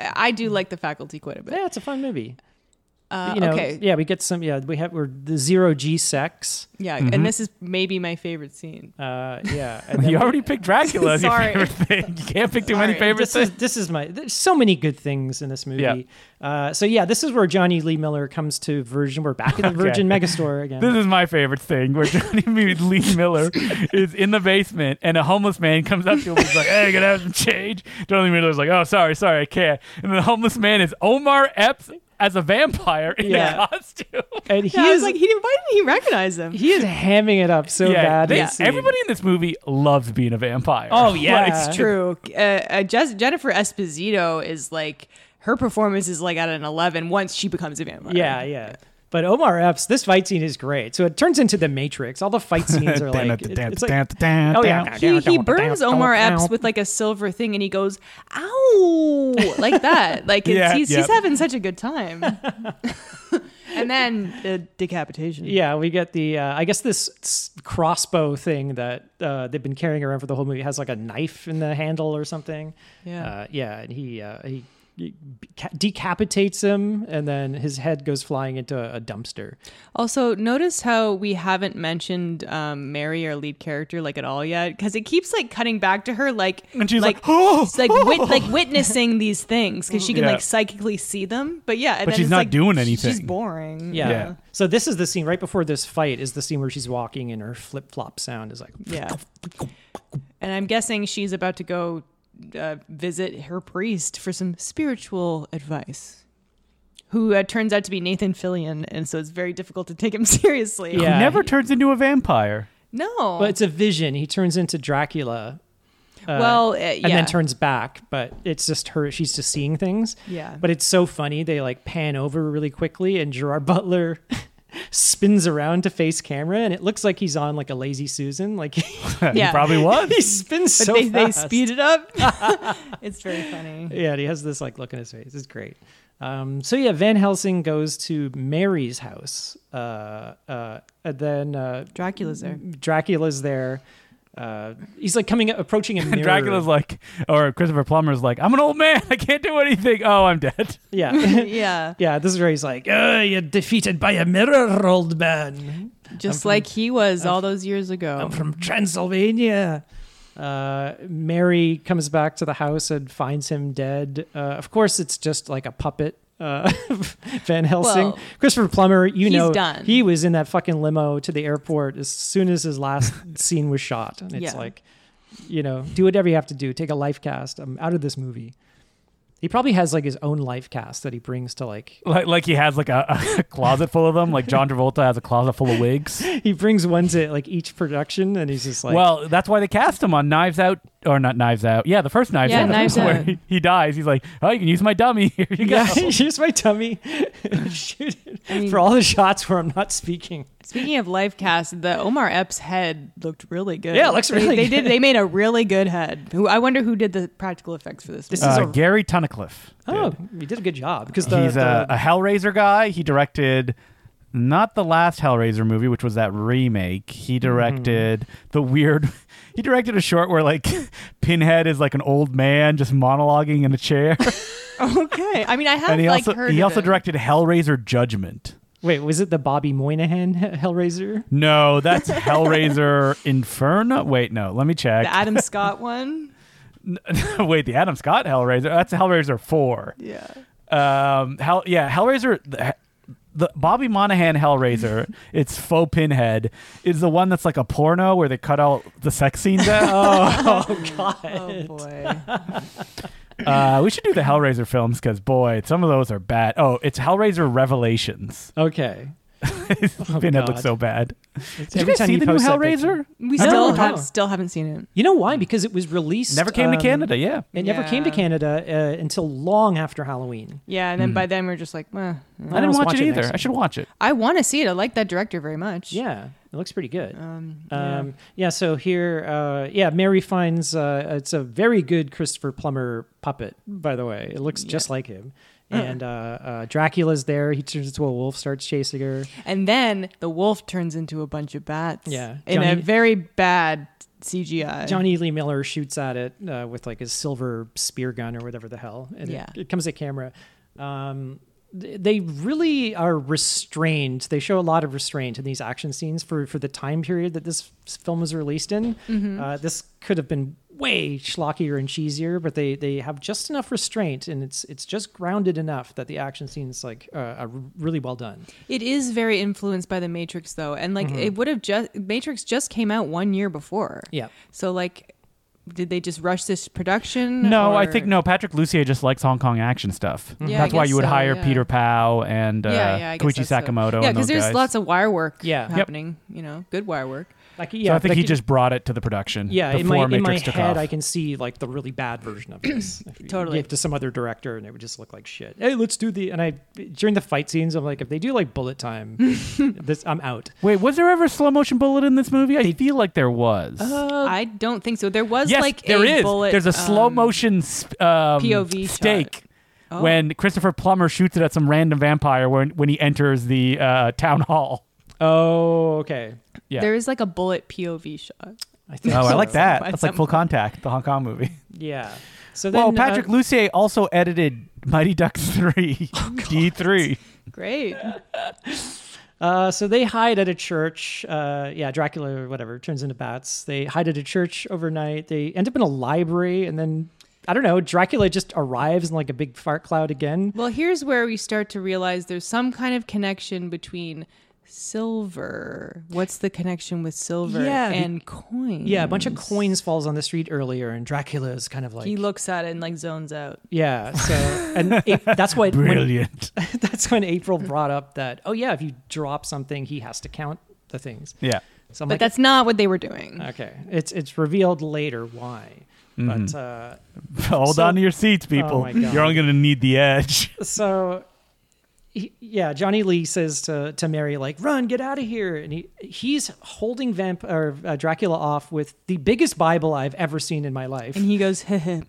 [SPEAKER 1] I do like The Faculty quite a bit.
[SPEAKER 3] Yeah, it's a fun movie.
[SPEAKER 1] Uh,
[SPEAKER 3] you know,
[SPEAKER 1] okay, yeah,
[SPEAKER 3] yeah, we get some. Yeah, we have we're the zero G sex.
[SPEAKER 1] and this is maybe my favorite scene.
[SPEAKER 3] Uh, yeah, and then
[SPEAKER 2] You already picked Dracula as your
[SPEAKER 1] Sorry.
[SPEAKER 2] favorite thing. You can't pick too many
[SPEAKER 1] Sorry.
[SPEAKER 2] favorite
[SPEAKER 3] this
[SPEAKER 2] things.
[SPEAKER 3] is this is my there's so many good things in this movie.
[SPEAKER 2] Yeah.
[SPEAKER 3] Uh, so yeah, this is where Johnny Lee Miller comes to Virgin. We're back in the Virgin Megastore again.
[SPEAKER 2] This is my favorite thing where Johnny Lee Miller is in the basement and a homeless man comes up to him and is like, Hey, gonna have some change? Johnny Lee Miller's like, Oh, sorry, sorry, I can't. And the homeless man is Omar Epps as a vampire in
[SPEAKER 3] Yeah.
[SPEAKER 2] a costume.
[SPEAKER 3] and he
[SPEAKER 1] Yeah, I was
[SPEAKER 3] is
[SPEAKER 1] like, he didn't, why didn't he recognize him?
[SPEAKER 3] he is hamming it up so bad. in
[SPEAKER 2] they-
[SPEAKER 3] this scene.
[SPEAKER 2] everybody in this movie loves being a vampire.
[SPEAKER 3] Oh, yeah.
[SPEAKER 2] Like,
[SPEAKER 1] It's true. Uh, uh, Jes- Jennifer Esposito is like her performance is like at an eleven once she becomes a vampire.
[SPEAKER 3] Yeah, yeah. But Omar Epps, this fight scene is great. So it turns into the Matrix. All the fight scenes are like, it- it's like
[SPEAKER 2] oh
[SPEAKER 3] oh yeah,
[SPEAKER 1] He, he burns Omar Epps with like a silver thing and he goes, ow, like that. Like it's,
[SPEAKER 2] Yeah,
[SPEAKER 1] he's,
[SPEAKER 2] yeah.
[SPEAKER 1] he's having such a good time. and then the decapitation.
[SPEAKER 3] Yeah, we get the uh, I guess this s- crossbow thing that uh, they've been carrying around for the whole movie It has like a knife in the handle or something.
[SPEAKER 1] Yeah.
[SPEAKER 3] uh, yeah, and he uh, he he ca- decapitates him, and then his head goes flying into a dumpster.
[SPEAKER 1] Also, notice how we haven't mentioned um, Mary, our lead character, like at all yet, because it keeps like cutting back to her, like
[SPEAKER 2] And she's like, "Oh,
[SPEAKER 1] oh, like, wit- like witnessing these things because she can
[SPEAKER 2] Yeah.
[SPEAKER 1] like psychically see them. But yeah, and
[SPEAKER 2] But
[SPEAKER 1] then
[SPEAKER 2] she's
[SPEAKER 1] it's,
[SPEAKER 2] not
[SPEAKER 1] like,
[SPEAKER 2] doing
[SPEAKER 1] She's
[SPEAKER 2] anything.
[SPEAKER 1] boring.
[SPEAKER 3] Yeah.
[SPEAKER 2] Yeah.
[SPEAKER 3] So this is the scene right before this fight is the scene where she's walking and her flip flop sound is like
[SPEAKER 1] yeah. And I'm guessing she's about to go uh, visit her priest for some spiritual advice. Who uh, turns out to be Nathan Fillion, and so it's very difficult to take him seriously.
[SPEAKER 3] Yeah.
[SPEAKER 2] He never turns into a vampire.
[SPEAKER 1] No.
[SPEAKER 3] But it's a vision. He turns into Dracula. uh,
[SPEAKER 1] well, uh, yeah.
[SPEAKER 3] and then turns back but it's just her she's just seeing things
[SPEAKER 1] Yeah.
[SPEAKER 3] but it's so funny they like pan over really quickly and gerard butler spins around to face camera and it looks like he's on like a lazy susan like
[SPEAKER 2] he
[SPEAKER 1] Yeah.
[SPEAKER 2] probably was.
[SPEAKER 3] he spins
[SPEAKER 1] but
[SPEAKER 3] so
[SPEAKER 1] they, they
[SPEAKER 3] fast.
[SPEAKER 1] speed it up. it's very funny.
[SPEAKER 3] yeah and he has this like look in his face it's great um, so yeah van helsing goes to mary's house uh, uh, and then uh,
[SPEAKER 1] Dracula's there.
[SPEAKER 3] dracula's there uh, he's like coming up approaching a mirror.
[SPEAKER 2] Dracula's like, or Christopher Plummer's like, I'm an old man. I can't do anything. Oh, I'm dead.
[SPEAKER 3] yeah
[SPEAKER 1] Yeah,
[SPEAKER 3] Yeah, this is where he's like, oh, you're defeated by a mirror, old man.
[SPEAKER 1] just like he was all those years ago.
[SPEAKER 3] I'm from Transylvania. Uh, Mary comes back to the house and finds him dead. Uh, of course, it's just like a puppet. Uh, Van Helsing,
[SPEAKER 1] Well,
[SPEAKER 3] Christopher Plummer, you
[SPEAKER 1] he's
[SPEAKER 3] know,
[SPEAKER 1] done.
[SPEAKER 3] he was in that fucking limo to the airport as soon as his last scene was shot. And it's
[SPEAKER 1] Yeah.
[SPEAKER 3] like, you know, do whatever you have to do. Take a life cast. I'm out of this movie. He probably has like his own life cast that he brings to like
[SPEAKER 2] Like, like he has like a, a closet full of them. Like John Travolta has a closet full of wigs.
[SPEAKER 3] he brings one to like each production and he's just like
[SPEAKER 2] well, that's why they cast him on Knives Out, or not Knives Out. Yeah, the first Knives
[SPEAKER 1] Yeah,
[SPEAKER 2] Out,
[SPEAKER 1] Knives
[SPEAKER 2] where
[SPEAKER 1] Out.
[SPEAKER 2] He, he dies. He's like, oh, you can use my dummy. Here you go.
[SPEAKER 3] yeah, here's my tummy shoot it
[SPEAKER 1] I mean-
[SPEAKER 3] for all the shots where i'm not speaking
[SPEAKER 1] Speaking of life cast, the Omar Epps head looked really good.
[SPEAKER 3] Yeah, it looks
[SPEAKER 1] They-
[SPEAKER 3] really
[SPEAKER 1] They,
[SPEAKER 3] good.
[SPEAKER 1] did. They made a really good head. Who I wonder who did the practical effects for this.
[SPEAKER 3] This
[SPEAKER 1] movie.
[SPEAKER 3] is
[SPEAKER 2] Uh,
[SPEAKER 3] a-
[SPEAKER 2] Gary Tunnicliffe.
[SPEAKER 3] oh you did a good job because the,
[SPEAKER 2] he's uh, a,
[SPEAKER 3] the-
[SPEAKER 2] a Hellraiser guy. He directed not the last Hellraiser movie, which was that remake.
[SPEAKER 3] Mm-hmm.
[SPEAKER 2] He directed the weird. He directed a short where like Pinhead is like an old man just monologuing in a chair,
[SPEAKER 1] Okay. I mean, I have
[SPEAKER 2] and he
[SPEAKER 1] like
[SPEAKER 2] also
[SPEAKER 1] heard.
[SPEAKER 2] he
[SPEAKER 1] of
[SPEAKER 2] also
[SPEAKER 1] him.
[SPEAKER 2] directed Hellraiser Judgment.
[SPEAKER 3] Wait, was it the Bobby Moynihan Hellraiser?
[SPEAKER 2] No, that's Hellraiser Inferno. Wait, no, let me check.
[SPEAKER 1] the Adam Scott one.
[SPEAKER 2] Wait, the Adam Scott Hellraiser. That's Hellraiser Four.
[SPEAKER 1] Yeah.
[SPEAKER 2] Um, Hell, yeah, Hellraiser. The, the Bobby Monahan Hellraiser. it's faux pinhead. Is the one that's like a porno where they cut out the sex scenes. out.
[SPEAKER 1] Oh boy.
[SPEAKER 2] uh, we should do the Hellraiser films because boy, some of those are bad. Oh, it's Hellraiser Revelations.
[SPEAKER 3] Okay.
[SPEAKER 2] pinhead
[SPEAKER 3] God.
[SPEAKER 2] looks so bad.
[SPEAKER 3] It's
[SPEAKER 2] Did
[SPEAKER 3] every
[SPEAKER 2] you guys
[SPEAKER 3] time
[SPEAKER 2] see the new
[SPEAKER 3] post that picture.
[SPEAKER 2] Hellraiser?
[SPEAKER 1] We
[SPEAKER 3] I don't
[SPEAKER 1] still
[SPEAKER 3] know how.
[SPEAKER 1] have, still haven't seen it.
[SPEAKER 3] You know why? Because it was released.
[SPEAKER 2] Never came to
[SPEAKER 3] um,
[SPEAKER 2] Canada. Yeah.
[SPEAKER 3] It never came to
[SPEAKER 1] Yeah.
[SPEAKER 3] Canada uh, until long after Halloween.
[SPEAKER 1] Yeah, and then by then we're just like, eh. eh.
[SPEAKER 2] I didn't
[SPEAKER 3] must
[SPEAKER 2] watch,
[SPEAKER 3] watch
[SPEAKER 2] it
[SPEAKER 3] it
[SPEAKER 2] either.
[SPEAKER 3] next
[SPEAKER 2] I should watch it.
[SPEAKER 1] I want to see it. I like that director very much.
[SPEAKER 3] Yeah, it looks pretty good.
[SPEAKER 1] Um, yeah.
[SPEAKER 3] Um, yeah, so here, uh, yeah, Mary finds uh, it's a very good Christopher Plummer puppet, by the way. It looks just like him. And uh, uh, Dracula's there. He turns into a wolf, starts chasing her.
[SPEAKER 1] And then the wolf turns into a bunch of bats.
[SPEAKER 3] Yeah.
[SPEAKER 1] In a
[SPEAKER 3] Johnny-
[SPEAKER 1] very bad CGI.
[SPEAKER 3] Johnny E. Lee Miller shoots at it uh, with like his silver spear gun or whatever the hell. And it-
[SPEAKER 1] Yeah.
[SPEAKER 3] it, comes at camera. Um, th- they really are restrained. They show a lot of restraint in these action scenes for, for the time period that this s- film was released in. Uh, this could have been way schlockier and cheesier, but they, they have just enough restraint and it's it's just grounded enough that the action scenes like uh, are really well done.
[SPEAKER 1] It is very influenced by the Matrix though. And like
[SPEAKER 2] Mm-hmm.
[SPEAKER 1] it would have just Matrix just came out 1 year before.
[SPEAKER 3] Yeah.
[SPEAKER 1] So like did they just rush this production?
[SPEAKER 2] No, I
[SPEAKER 1] or-
[SPEAKER 2] think no. Patrick Lucia just likes Hong Kong action stuff.
[SPEAKER 1] Yeah, I
[SPEAKER 2] that's why
[SPEAKER 1] guess
[SPEAKER 2] you would
[SPEAKER 1] so,
[SPEAKER 2] hire
[SPEAKER 1] yeah.
[SPEAKER 2] Peter Pao and uh,
[SPEAKER 1] yeah, yeah, I guess
[SPEAKER 2] Koichi
[SPEAKER 1] that's so.
[SPEAKER 2] Sakamoto.
[SPEAKER 1] Yeah,
[SPEAKER 2] and those
[SPEAKER 1] there's
[SPEAKER 2] guys.
[SPEAKER 1] lots of wire work
[SPEAKER 3] Yeah. Yep.
[SPEAKER 1] happening, you know, good wire work.
[SPEAKER 3] Like yeah,
[SPEAKER 2] so I think
[SPEAKER 3] like
[SPEAKER 2] he
[SPEAKER 3] it-
[SPEAKER 2] just brought it to the production.
[SPEAKER 3] Yeah, in my,
[SPEAKER 2] before
[SPEAKER 3] in my
[SPEAKER 2] Matrix took
[SPEAKER 3] head,
[SPEAKER 2] off.
[SPEAKER 3] I can see like the really bad version of this. If you
[SPEAKER 1] Totally.
[SPEAKER 3] give to some other director, and it would just look like shit. Hey, let's do the and I during the fight scenes, I'm like, if they do like bullet time, this I'm out.
[SPEAKER 2] Wait, was there ever a slow motion bullet in this movie? I feel like there
[SPEAKER 3] Uh,
[SPEAKER 2] was.
[SPEAKER 1] I don't think so. There was
[SPEAKER 2] Oh. yes,
[SPEAKER 1] like
[SPEAKER 2] there
[SPEAKER 1] a
[SPEAKER 2] is.
[SPEAKER 1] bullet
[SPEAKER 2] There's a slow
[SPEAKER 1] um,
[SPEAKER 2] motion sp- um,
[SPEAKER 1] POV shot.
[SPEAKER 2] stake
[SPEAKER 1] Oh.
[SPEAKER 2] when Christopher Plummer shoots it at some random vampire when when he enters the uh, town hall.
[SPEAKER 3] Oh, okay.
[SPEAKER 2] Yeah.
[SPEAKER 1] There is like a bullet POV shot.
[SPEAKER 3] I think
[SPEAKER 2] oh, I
[SPEAKER 3] so.
[SPEAKER 2] like that.
[SPEAKER 1] By
[SPEAKER 2] That's like
[SPEAKER 1] some-
[SPEAKER 2] Full Contact, the Hong Kong movie.
[SPEAKER 3] Yeah. So then
[SPEAKER 2] Well, Patrick
[SPEAKER 3] uh,
[SPEAKER 2] Lussier also edited Mighty Ducks 3,
[SPEAKER 3] Oh,
[SPEAKER 2] D3.
[SPEAKER 1] Great.
[SPEAKER 3] Uh, so they hide at a church. Uh, yeah, Dracula or whatever turns into bats. They hide at a church overnight. They end up in a library, and then I don't know. Dracula just arrives in like a big fart cloud again.
[SPEAKER 1] Well, here's where we start to realize there's some kind of connection between silver. What's the connection with silver
[SPEAKER 3] Yeah, be-
[SPEAKER 1] and coins?
[SPEAKER 3] Yeah, a bunch of coins falls on the street earlier, and Dracula is kind of like,
[SPEAKER 1] He looks at it and like zones out.
[SPEAKER 3] yeah. So, and A- that's what when,
[SPEAKER 2] Brilliant.
[SPEAKER 3] that's when April brought up that, oh yeah, if you drop something, he has to count the things.
[SPEAKER 2] yeah.
[SPEAKER 3] So I'm
[SPEAKER 1] But
[SPEAKER 3] like,
[SPEAKER 1] that's not what they were doing.
[SPEAKER 3] okay. It's it's revealed later why,
[SPEAKER 1] Mm-hmm.
[SPEAKER 3] but uh,
[SPEAKER 2] Hold
[SPEAKER 3] So- Oh,
[SPEAKER 2] on to your seats, people.
[SPEAKER 3] my God.
[SPEAKER 2] You're only going to need the edge.
[SPEAKER 3] so he- yeah johnny lee says to, to mary like run get out of here and he he's holding vamp or uh, dracula off with the biggest bible i've ever seen in my life
[SPEAKER 1] And he goes, "Heh,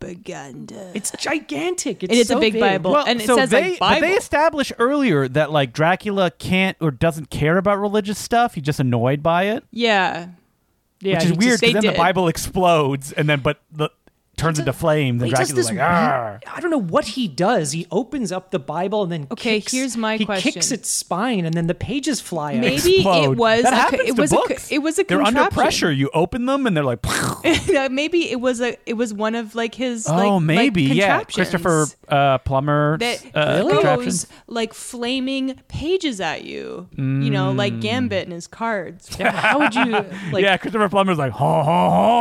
[SPEAKER 1] propaganda.
[SPEAKER 3] it's gigantic it's,
[SPEAKER 1] And it's a
[SPEAKER 3] so
[SPEAKER 1] big Bible. Well, and it says, like,
[SPEAKER 2] they,
[SPEAKER 1] Bible.
[SPEAKER 2] But they establish earlier that like Dracula can't or doesn't care about religious stuff. He's just annoyed by it,
[SPEAKER 1] Yeah.
[SPEAKER 3] yeah
[SPEAKER 2] which is
[SPEAKER 3] he
[SPEAKER 2] weird
[SPEAKER 1] they
[SPEAKER 2] because then
[SPEAKER 1] did.
[SPEAKER 2] the Bible explodes and then but the turns into flames and
[SPEAKER 3] He does
[SPEAKER 2] Dracula's like,
[SPEAKER 3] this weird-
[SPEAKER 2] "Arr."
[SPEAKER 3] I don't know what he does. He opens up the Bible and then
[SPEAKER 1] Okay,
[SPEAKER 3] kicks-
[SPEAKER 1] here's my
[SPEAKER 3] he
[SPEAKER 1] question.
[SPEAKER 3] kicks its spine and then the pages fly out.
[SPEAKER 1] Maybe
[SPEAKER 2] Explode.
[SPEAKER 1] it was
[SPEAKER 2] That
[SPEAKER 1] a,
[SPEAKER 2] happens
[SPEAKER 1] it
[SPEAKER 2] to
[SPEAKER 1] was
[SPEAKER 2] books.
[SPEAKER 1] a it was a
[SPEAKER 2] They're under
[SPEAKER 1] contraption.
[SPEAKER 2] pressure. You open them and they're like,
[SPEAKER 1] Yeah, maybe it was a it was one of like his like-
[SPEAKER 2] oh,
[SPEAKER 1] like,
[SPEAKER 2] maybe yeah.
[SPEAKER 1] contraptions
[SPEAKER 2] Christopher uh, Plummer
[SPEAKER 1] that
[SPEAKER 2] uh, contraption.
[SPEAKER 1] throws like flaming pages at you you know
[SPEAKER 3] Mm.
[SPEAKER 1] like gambit in his cards
[SPEAKER 3] Yeah, how would you like
[SPEAKER 2] yeah, Christopher Plummer's like, ho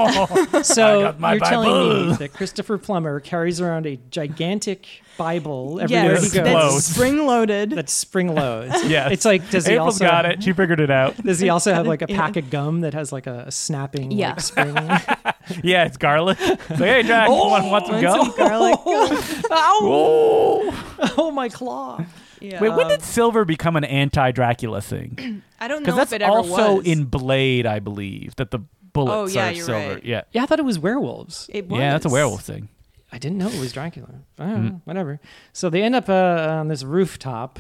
[SPEAKER 2] ho ho.
[SPEAKER 3] so
[SPEAKER 2] I got my
[SPEAKER 3] you're telling
[SPEAKER 2] Bible.
[SPEAKER 3] me that Christopher Plummer carries around a gigantic Bible everywhere
[SPEAKER 1] yes
[SPEAKER 3] he goes.
[SPEAKER 1] that's
[SPEAKER 2] Explodes.
[SPEAKER 1] spring loaded
[SPEAKER 3] That's spring loads.
[SPEAKER 2] Yes.
[SPEAKER 3] It's like does he
[SPEAKER 2] April's
[SPEAKER 3] also
[SPEAKER 2] got it. She figured it out.
[SPEAKER 3] Does he also have like a pack of gum that has like a, a snapping like,
[SPEAKER 1] Yeah.
[SPEAKER 3] spring?
[SPEAKER 2] Yeah, it's garlic. So hey, Jack, you want, want some
[SPEAKER 1] Want some
[SPEAKER 2] gum?
[SPEAKER 1] garlic?
[SPEAKER 3] Ow!
[SPEAKER 2] Oh.
[SPEAKER 3] Oh my claw!
[SPEAKER 1] Yeah.
[SPEAKER 2] Wait, when did silver become an anti-Dracula thing?
[SPEAKER 1] I don't
[SPEAKER 2] Because
[SPEAKER 1] know if
[SPEAKER 2] that's
[SPEAKER 1] it ever
[SPEAKER 2] also
[SPEAKER 1] was. Oh,
[SPEAKER 2] in Blade, I believe, that the bullets
[SPEAKER 1] yeah,
[SPEAKER 2] are
[SPEAKER 1] you're
[SPEAKER 2] silver.
[SPEAKER 1] right.
[SPEAKER 2] Yeah,
[SPEAKER 3] Yeah, I thought it was werewolves.
[SPEAKER 1] It was.
[SPEAKER 2] yeah, that's a werewolf thing.
[SPEAKER 3] I didn't know it was Dracula. I don't know, whatever. So they end up uh, on this rooftop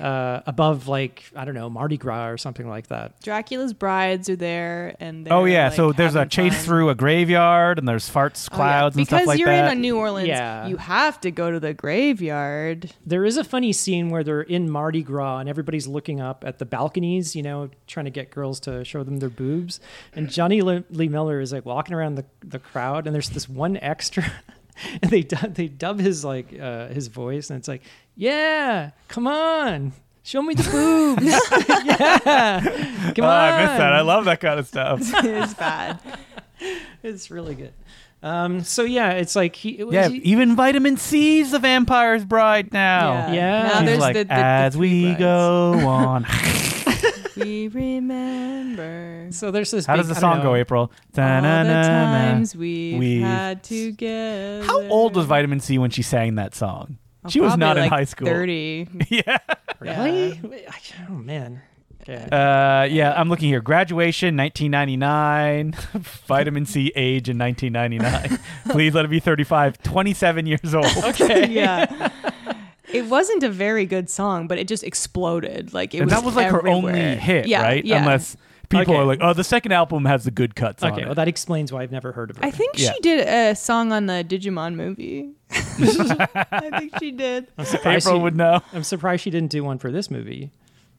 [SPEAKER 3] uh, above, like, I don't know, Mardi Gras or something like that.
[SPEAKER 1] Dracula's brides are there, and
[SPEAKER 2] Oh
[SPEAKER 1] they're,
[SPEAKER 2] yeah, so
[SPEAKER 1] like,
[SPEAKER 2] there's a
[SPEAKER 1] having
[SPEAKER 2] chase
[SPEAKER 1] fun.
[SPEAKER 2] through a graveyard and there's farts,
[SPEAKER 1] Oh, yeah.
[SPEAKER 2] clouds, and
[SPEAKER 1] because
[SPEAKER 2] stuff like
[SPEAKER 1] you're
[SPEAKER 2] that.
[SPEAKER 1] in a New Orleans,
[SPEAKER 3] Yeah.
[SPEAKER 1] you have to go to the graveyard.
[SPEAKER 3] There is a funny scene where they're in Mardi Gras and everybody's looking up at the balconies, you know, trying to get girls to show them their boobs. And Johnny Le- Lee Miller is like walking around the, the crowd, and there's this one extra, and they dub, they dub his like uh, his voice, and it's like, yeah, come on, show me the boobs, yeah, come
[SPEAKER 2] oh,
[SPEAKER 3] on.
[SPEAKER 2] I miss that. I love that kind of stuff.
[SPEAKER 1] it's bad.
[SPEAKER 3] It's really good. Um, so yeah, it's like he, it was,
[SPEAKER 2] yeah,
[SPEAKER 3] he-
[SPEAKER 2] even vitamin C's the vampire's bride now.
[SPEAKER 1] Yeah.
[SPEAKER 3] Yeah.
[SPEAKER 1] Now
[SPEAKER 3] She's
[SPEAKER 2] He's
[SPEAKER 1] there's
[SPEAKER 2] like,
[SPEAKER 1] the, the, the
[SPEAKER 2] as we
[SPEAKER 1] three brides.
[SPEAKER 2] go on.
[SPEAKER 1] we remember
[SPEAKER 3] so there's this.
[SPEAKER 2] How
[SPEAKER 3] big-
[SPEAKER 2] does the
[SPEAKER 3] I don't
[SPEAKER 2] song go,
[SPEAKER 3] know.
[SPEAKER 2] April?
[SPEAKER 1] all the
[SPEAKER 2] Da-na-na-na.
[SPEAKER 1] times we
[SPEAKER 2] We've-
[SPEAKER 1] had together.
[SPEAKER 2] How old was vitamin C when she sang that song?
[SPEAKER 1] Oh,
[SPEAKER 2] she was
[SPEAKER 1] probably
[SPEAKER 2] not in
[SPEAKER 1] like
[SPEAKER 2] high school.
[SPEAKER 1] Thirty.
[SPEAKER 2] yeah.
[SPEAKER 3] Really? Oh man. Okay.
[SPEAKER 2] Uh, yeah, I'm looking here. Graduation 1999. vitamin C age in 1999. Please let it be 35. 27 years old.
[SPEAKER 3] okay.
[SPEAKER 1] yeah. It wasn't a very good song, but it just exploded. Like it
[SPEAKER 2] And
[SPEAKER 1] was
[SPEAKER 2] that was like her only
[SPEAKER 1] everywhere.
[SPEAKER 2] hit,
[SPEAKER 1] Yeah,
[SPEAKER 2] right?
[SPEAKER 1] Yeah.
[SPEAKER 2] Unless people
[SPEAKER 3] Okay.
[SPEAKER 2] are like, oh, the second album has the good cuts on
[SPEAKER 3] Okay,
[SPEAKER 2] it.
[SPEAKER 3] well that explains why I've never heard of it.
[SPEAKER 1] I think
[SPEAKER 2] Yeah.
[SPEAKER 1] she did a song on the Digimon movie. I think she did.
[SPEAKER 3] I'm surprised,
[SPEAKER 2] April
[SPEAKER 3] she,
[SPEAKER 2] would know.
[SPEAKER 3] I'm surprised she didn't do one for this movie.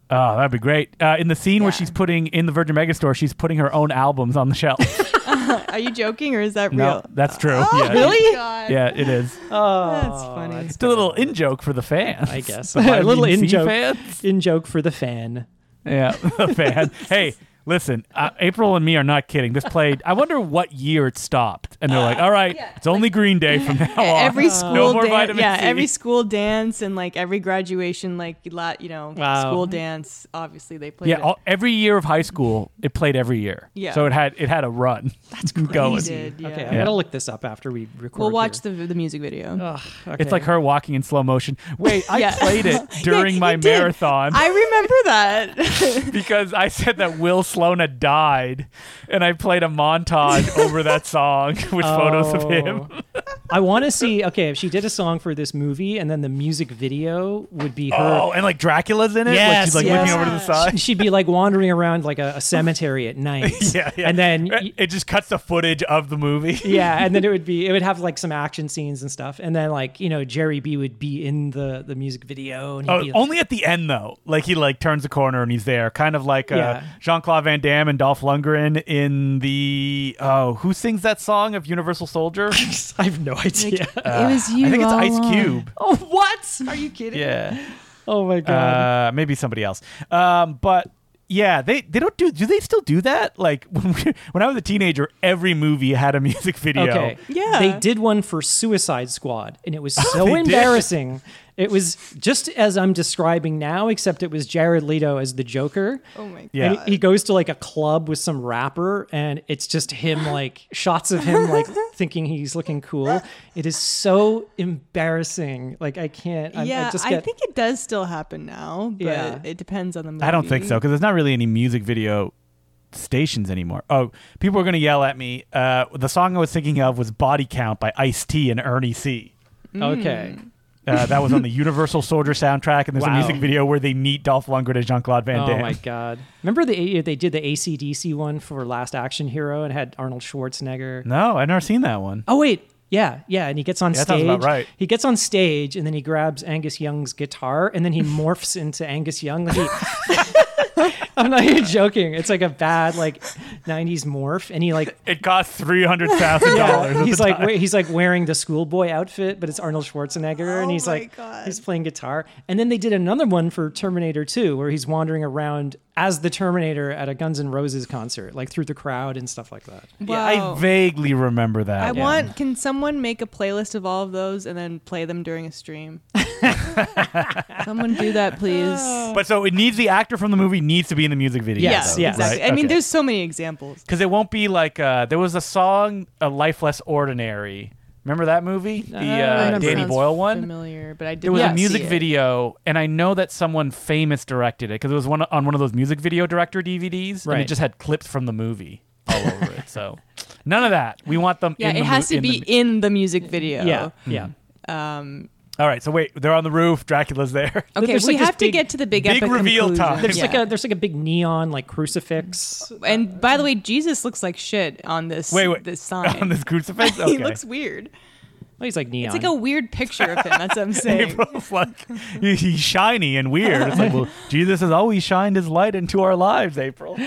[SPEAKER 2] Oh, that'd be great. Uh, in the scene
[SPEAKER 1] Yeah.
[SPEAKER 2] where she's putting in the Virgin Megastore, she's putting her own albums on the shelf.
[SPEAKER 1] Are you joking or is that
[SPEAKER 2] no,
[SPEAKER 1] real?
[SPEAKER 2] that's true.
[SPEAKER 1] Oh,
[SPEAKER 2] yeah.
[SPEAKER 1] really? God.
[SPEAKER 2] Yeah, it is.
[SPEAKER 3] Oh,
[SPEAKER 1] That's funny. that's
[SPEAKER 2] It's a little in joke for the fans.
[SPEAKER 3] I guess.
[SPEAKER 2] The
[SPEAKER 3] A
[SPEAKER 2] vitamin
[SPEAKER 3] little
[SPEAKER 2] C
[SPEAKER 3] in-joke.
[SPEAKER 1] E,
[SPEAKER 2] fans.
[SPEAKER 3] in joke for the fan.
[SPEAKER 2] Yeah, the fan. hey, listen, uh, April and me are not kidding. This played. I wonder what year it stopped, and they're
[SPEAKER 3] Uh,
[SPEAKER 2] like, "All right,
[SPEAKER 1] Yeah.
[SPEAKER 2] it's only Green Day from now on."
[SPEAKER 1] Every school
[SPEAKER 2] no more
[SPEAKER 1] dan-
[SPEAKER 2] vitamin
[SPEAKER 1] yeah,
[SPEAKER 2] C.
[SPEAKER 1] every school dance and like every graduation, like la- you know,
[SPEAKER 3] Wow.
[SPEAKER 1] school dance. Obviously, they played.
[SPEAKER 2] yeah,
[SPEAKER 1] it.
[SPEAKER 2] all, every year of high school, it played every year.
[SPEAKER 1] Yeah.
[SPEAKER 2] So it had it had a run. That's going.
[SPEAKER 1] Crazy. Did, yeah.
[SPEAKER 3] Oh, Okay, I'm
[SPEAKER 2] Yeah.
[SPEAKER 3] gonna look this up after we record.
[SPEAKER 1] We'll watch the the music video.
[SPEAKER 2] It's like her walking in slow motion. Wait, I
[SPEAKER 1] Yeah.
[SPEAKER 2] played it during
[SPEAKER 1] you
[SPEAKER 2] my
[SPEAKER 1] did.
[SPEAKER 2] marathon
[SPEAKER 1] I remember that.
[SPEAKER 2] because I said that Will Slona died, and I played a montage over that song with photos of him.
[SPEAKER 3] I want to see. Okay, if she did a song for this movie, and then the music video would be her.
[SPEAKER 2] Oh, and like Dracula's in it. like
[SPEAKER 3] Yes,
[SPEAKER 2] she's like
[SPEAKER 3] yes.
[SPEAKER 2] looking over to the side.
[SPEAKER 3] She'd be like wandering around like a, a cemetery at night.
[SPEAKER 2] yeah, yeah. Uh,
[SPEAKER 3] And then
[SPEAKER 2] it, it just cuts the footage of the movie.
[SPEAKER 3] yeah, and then it would be it would have like some action scenes and stuff, and then like you know Jerry B would be in the the music video, and he'd
[SPEAKER 2] Oh,
[SPEAKER 3] be like,
[SPEAKER 2] only at the end though. Like he like turns the corner and he's there, kind of like uh,
[SPEAKER 3] Yeah.
[SPEAKER 2] Jean Claude Van Damme and Dolph Lundgren in the oh, who sings that song of Universal Soldier?
[SPEAKER 3] I have no idea.
[SPEAKER 1] it was you.
[SPEAKER 2] Uh, I think it's
[SPEAKER 1] all
[SPEAKER 2] Ice
[SPEAKER 1] along.
[SPEAKER 2] Cube.
[SPEAKER 3] oh, what? Are you kidding?
[SPEAKER 2] Yeah,
[SPEAKER 3] Oh my god.
[SPEAKER 2] uh, maybe somebody else. Um, but yeah, they they don't do. Do they still do that? Like when we, when I was a teenager, every movie had a music video.
[SPEAKER 3] okay.
[SPEAKER 1] Yeah.
[SPEAKER 3] They did one for Suicide Squad, and it was so
[SPEAKER 2] Oh, They did?
[SPEAKER 3] embarrassing. It was just as I'm describing now, except it was Jared Leto as the Joker.
[SPEAKER 1] Oh my god.
[SPEAKER 2] Yeah.
[SPEAKER 3] And he- he goes to like a club with some rapper, and it's just him like shots of him like thinking he's looking cool. It is so embarrassing. Like I can't. I'm,
[SPEAKER 1] yeah,
[SPEAKER 3] I
[SPEAKER 1] I,
[SPEAKER 3] just get.
[SPEAKER 1] think it does still happen now, but
[SPEAKER 3] Yeah.
[SPEAKER 1] it depends on the movie.
[SPEAKER 2] I don't think so because there's not really any music video stations anymore. Oh, people are gonna yell at me. Uh, the song I was thinking of was "Body Count" by Ice T and Ernie C.
[SPEAKER 3] okay.
[SPEAKER 1] hmm.
[SPEAKER 2] Uh, that was on the Universal Soldier soundtrack, and there's
[SPEAKER 3] Wow.
[SPEAKER 2] a music video where they meet Dolph Lundgren and Jean Claude Van
[SPEAKER 3] Oh
[SPEAKER 2] Damme.
[SPEAKER 3] my god! Remember the they did the ACDC one for Last Action Hero and had Arnold Schwarzenegger.
[SPEAKER 2] No, I've never seen that one.
[SPEAKER 3] Oh wait, yeah, yeah, and he gets on
[SPEAKER 2] Yeah, that
[SPEAKER 3] stage.
[SPEAKER 2] sounds about right.
[SPEAKER 3] He gets on stage and then he grabs Angus Young's guitar and then he morphs into Angus Young. Like he- I'm not even joking. It's like a bad like '90s morph, and he like.
[SPEAKER 2] It cost three hundred thousand dollars.
[SPEAKER 3] he's like we- he's like wearing the schoolboy outfit, but it's Arnold Schwarzenegger, and
[SPEAKER 1] Oh
[SPEAKER 3] he's
[SPEAKER 1] my
[SPEAKER 3] like
[SPEAKER 1] God.
[SPEAKER 3] he's playing guitar. And then they did another one for Terminator 2, where he's wandering around as the Terminator at a Guns N' Roses concert, like through the crowd and stuff like that.
[SPEAKER 2] Yeah,
[SPEAKER 1] Wow.
[SPEAKER 2] I vaguely remember
[SPEAKER 1] I
[SPEAKER 2] that. one.
[SPEAKER 1] want. Can someone make a playlist of all of those and then play them during a stream? someone do that, please.
[SPEAKER 2] But so it needs the actor from the movie needs to be in the music video.
[SPEAKER 1] yes,
[SPEAKER 2] though,
[SPEAKER 3] yes.
[SPEAKER 1] exactly.
[SPEAKER 2] right?
[SPEAKER 1] I mean,
[SPEAKER 2] Okay.
[SPEAKER 1] there's so many examples.
[SPEAKER 2] Because it won't be like uh, there was a song, "A Life Less Ordinary." Remember that movie, the uh,
[SPEAKER 1] That
[SPEAKER 2] Danny
[SPEAKER 1] sounds
[SPEAKER 2] Boyle one?
[SPEAKER 1] Familiar, but I did.
[SPEAKER 2] There was
[SPEAKER 1] not
[SPEAKER 2] a
[SPEAKER 1] see
[SPEAKER 2] music
[SPEAKER 1] it.
[SPEAKER 2] video, and I know that someone famous directed it because it was one on one of those music video director DVDs, and
[SPEAKER 3] Right.
[SPEAKER 2] it just had clips from the movie all over it. So None of that. We want them.
[SPEAKER 1] Yeah,
[SPEAKER 2] in
[SPEAKER 1] it
[SPEAKER 2] the
[SPEAKER 1] has to
[SPEAKER 2] mo- in the
[SPEAKER 1] be
[SPEAKER 2] mo-
[SPEAKER 1] in the music video.
[SPEAKER 3] Yeah, yeah.
[SPEAKER 1] Um,
[SPEAKER 2] All right, so wait, they're on the roof. Dracula's there.
[SPEAKER 1] okay,
[SPEAKER 3] There's
[SPEAKER 1] we
[SPEAKER 3] like this
[SPEAKER 1] have to
[SPEAKER 3] big-
[SPEAKER 1] get to the big,
[SPEAKER 2] big
[SPEAKER 1] epic
[SPEAKER 2] reveal
[SPEAKER 1] conclusion.
[SPEAKER 2] time.
[SPEAKER 3] There's like
[SPEAKER 1] Yeah.
[SPEAKER 3] a there's like a big neon like crucifix.
[SPEAKER 1] and by the way, Jesus looks like shit on this.
[SPEAKER 2] Wait, wait.
[SPEAKER 1] this sign.
[SPEAKER 2] on this crucifix.
[SPEAKER 1] he
[SPEAKER 2] Okay.
[SPEAKER 1] looks weird.
[SPEAKER 3] Well, Oh, he's like neon.
[SPEAKER 1] It's like a weird picture of him. That's what I'm saying.
[SPEAKER 2] April's like he- he's shiny and weird. It's like, well, Jesus has always shined his light into our lives. April.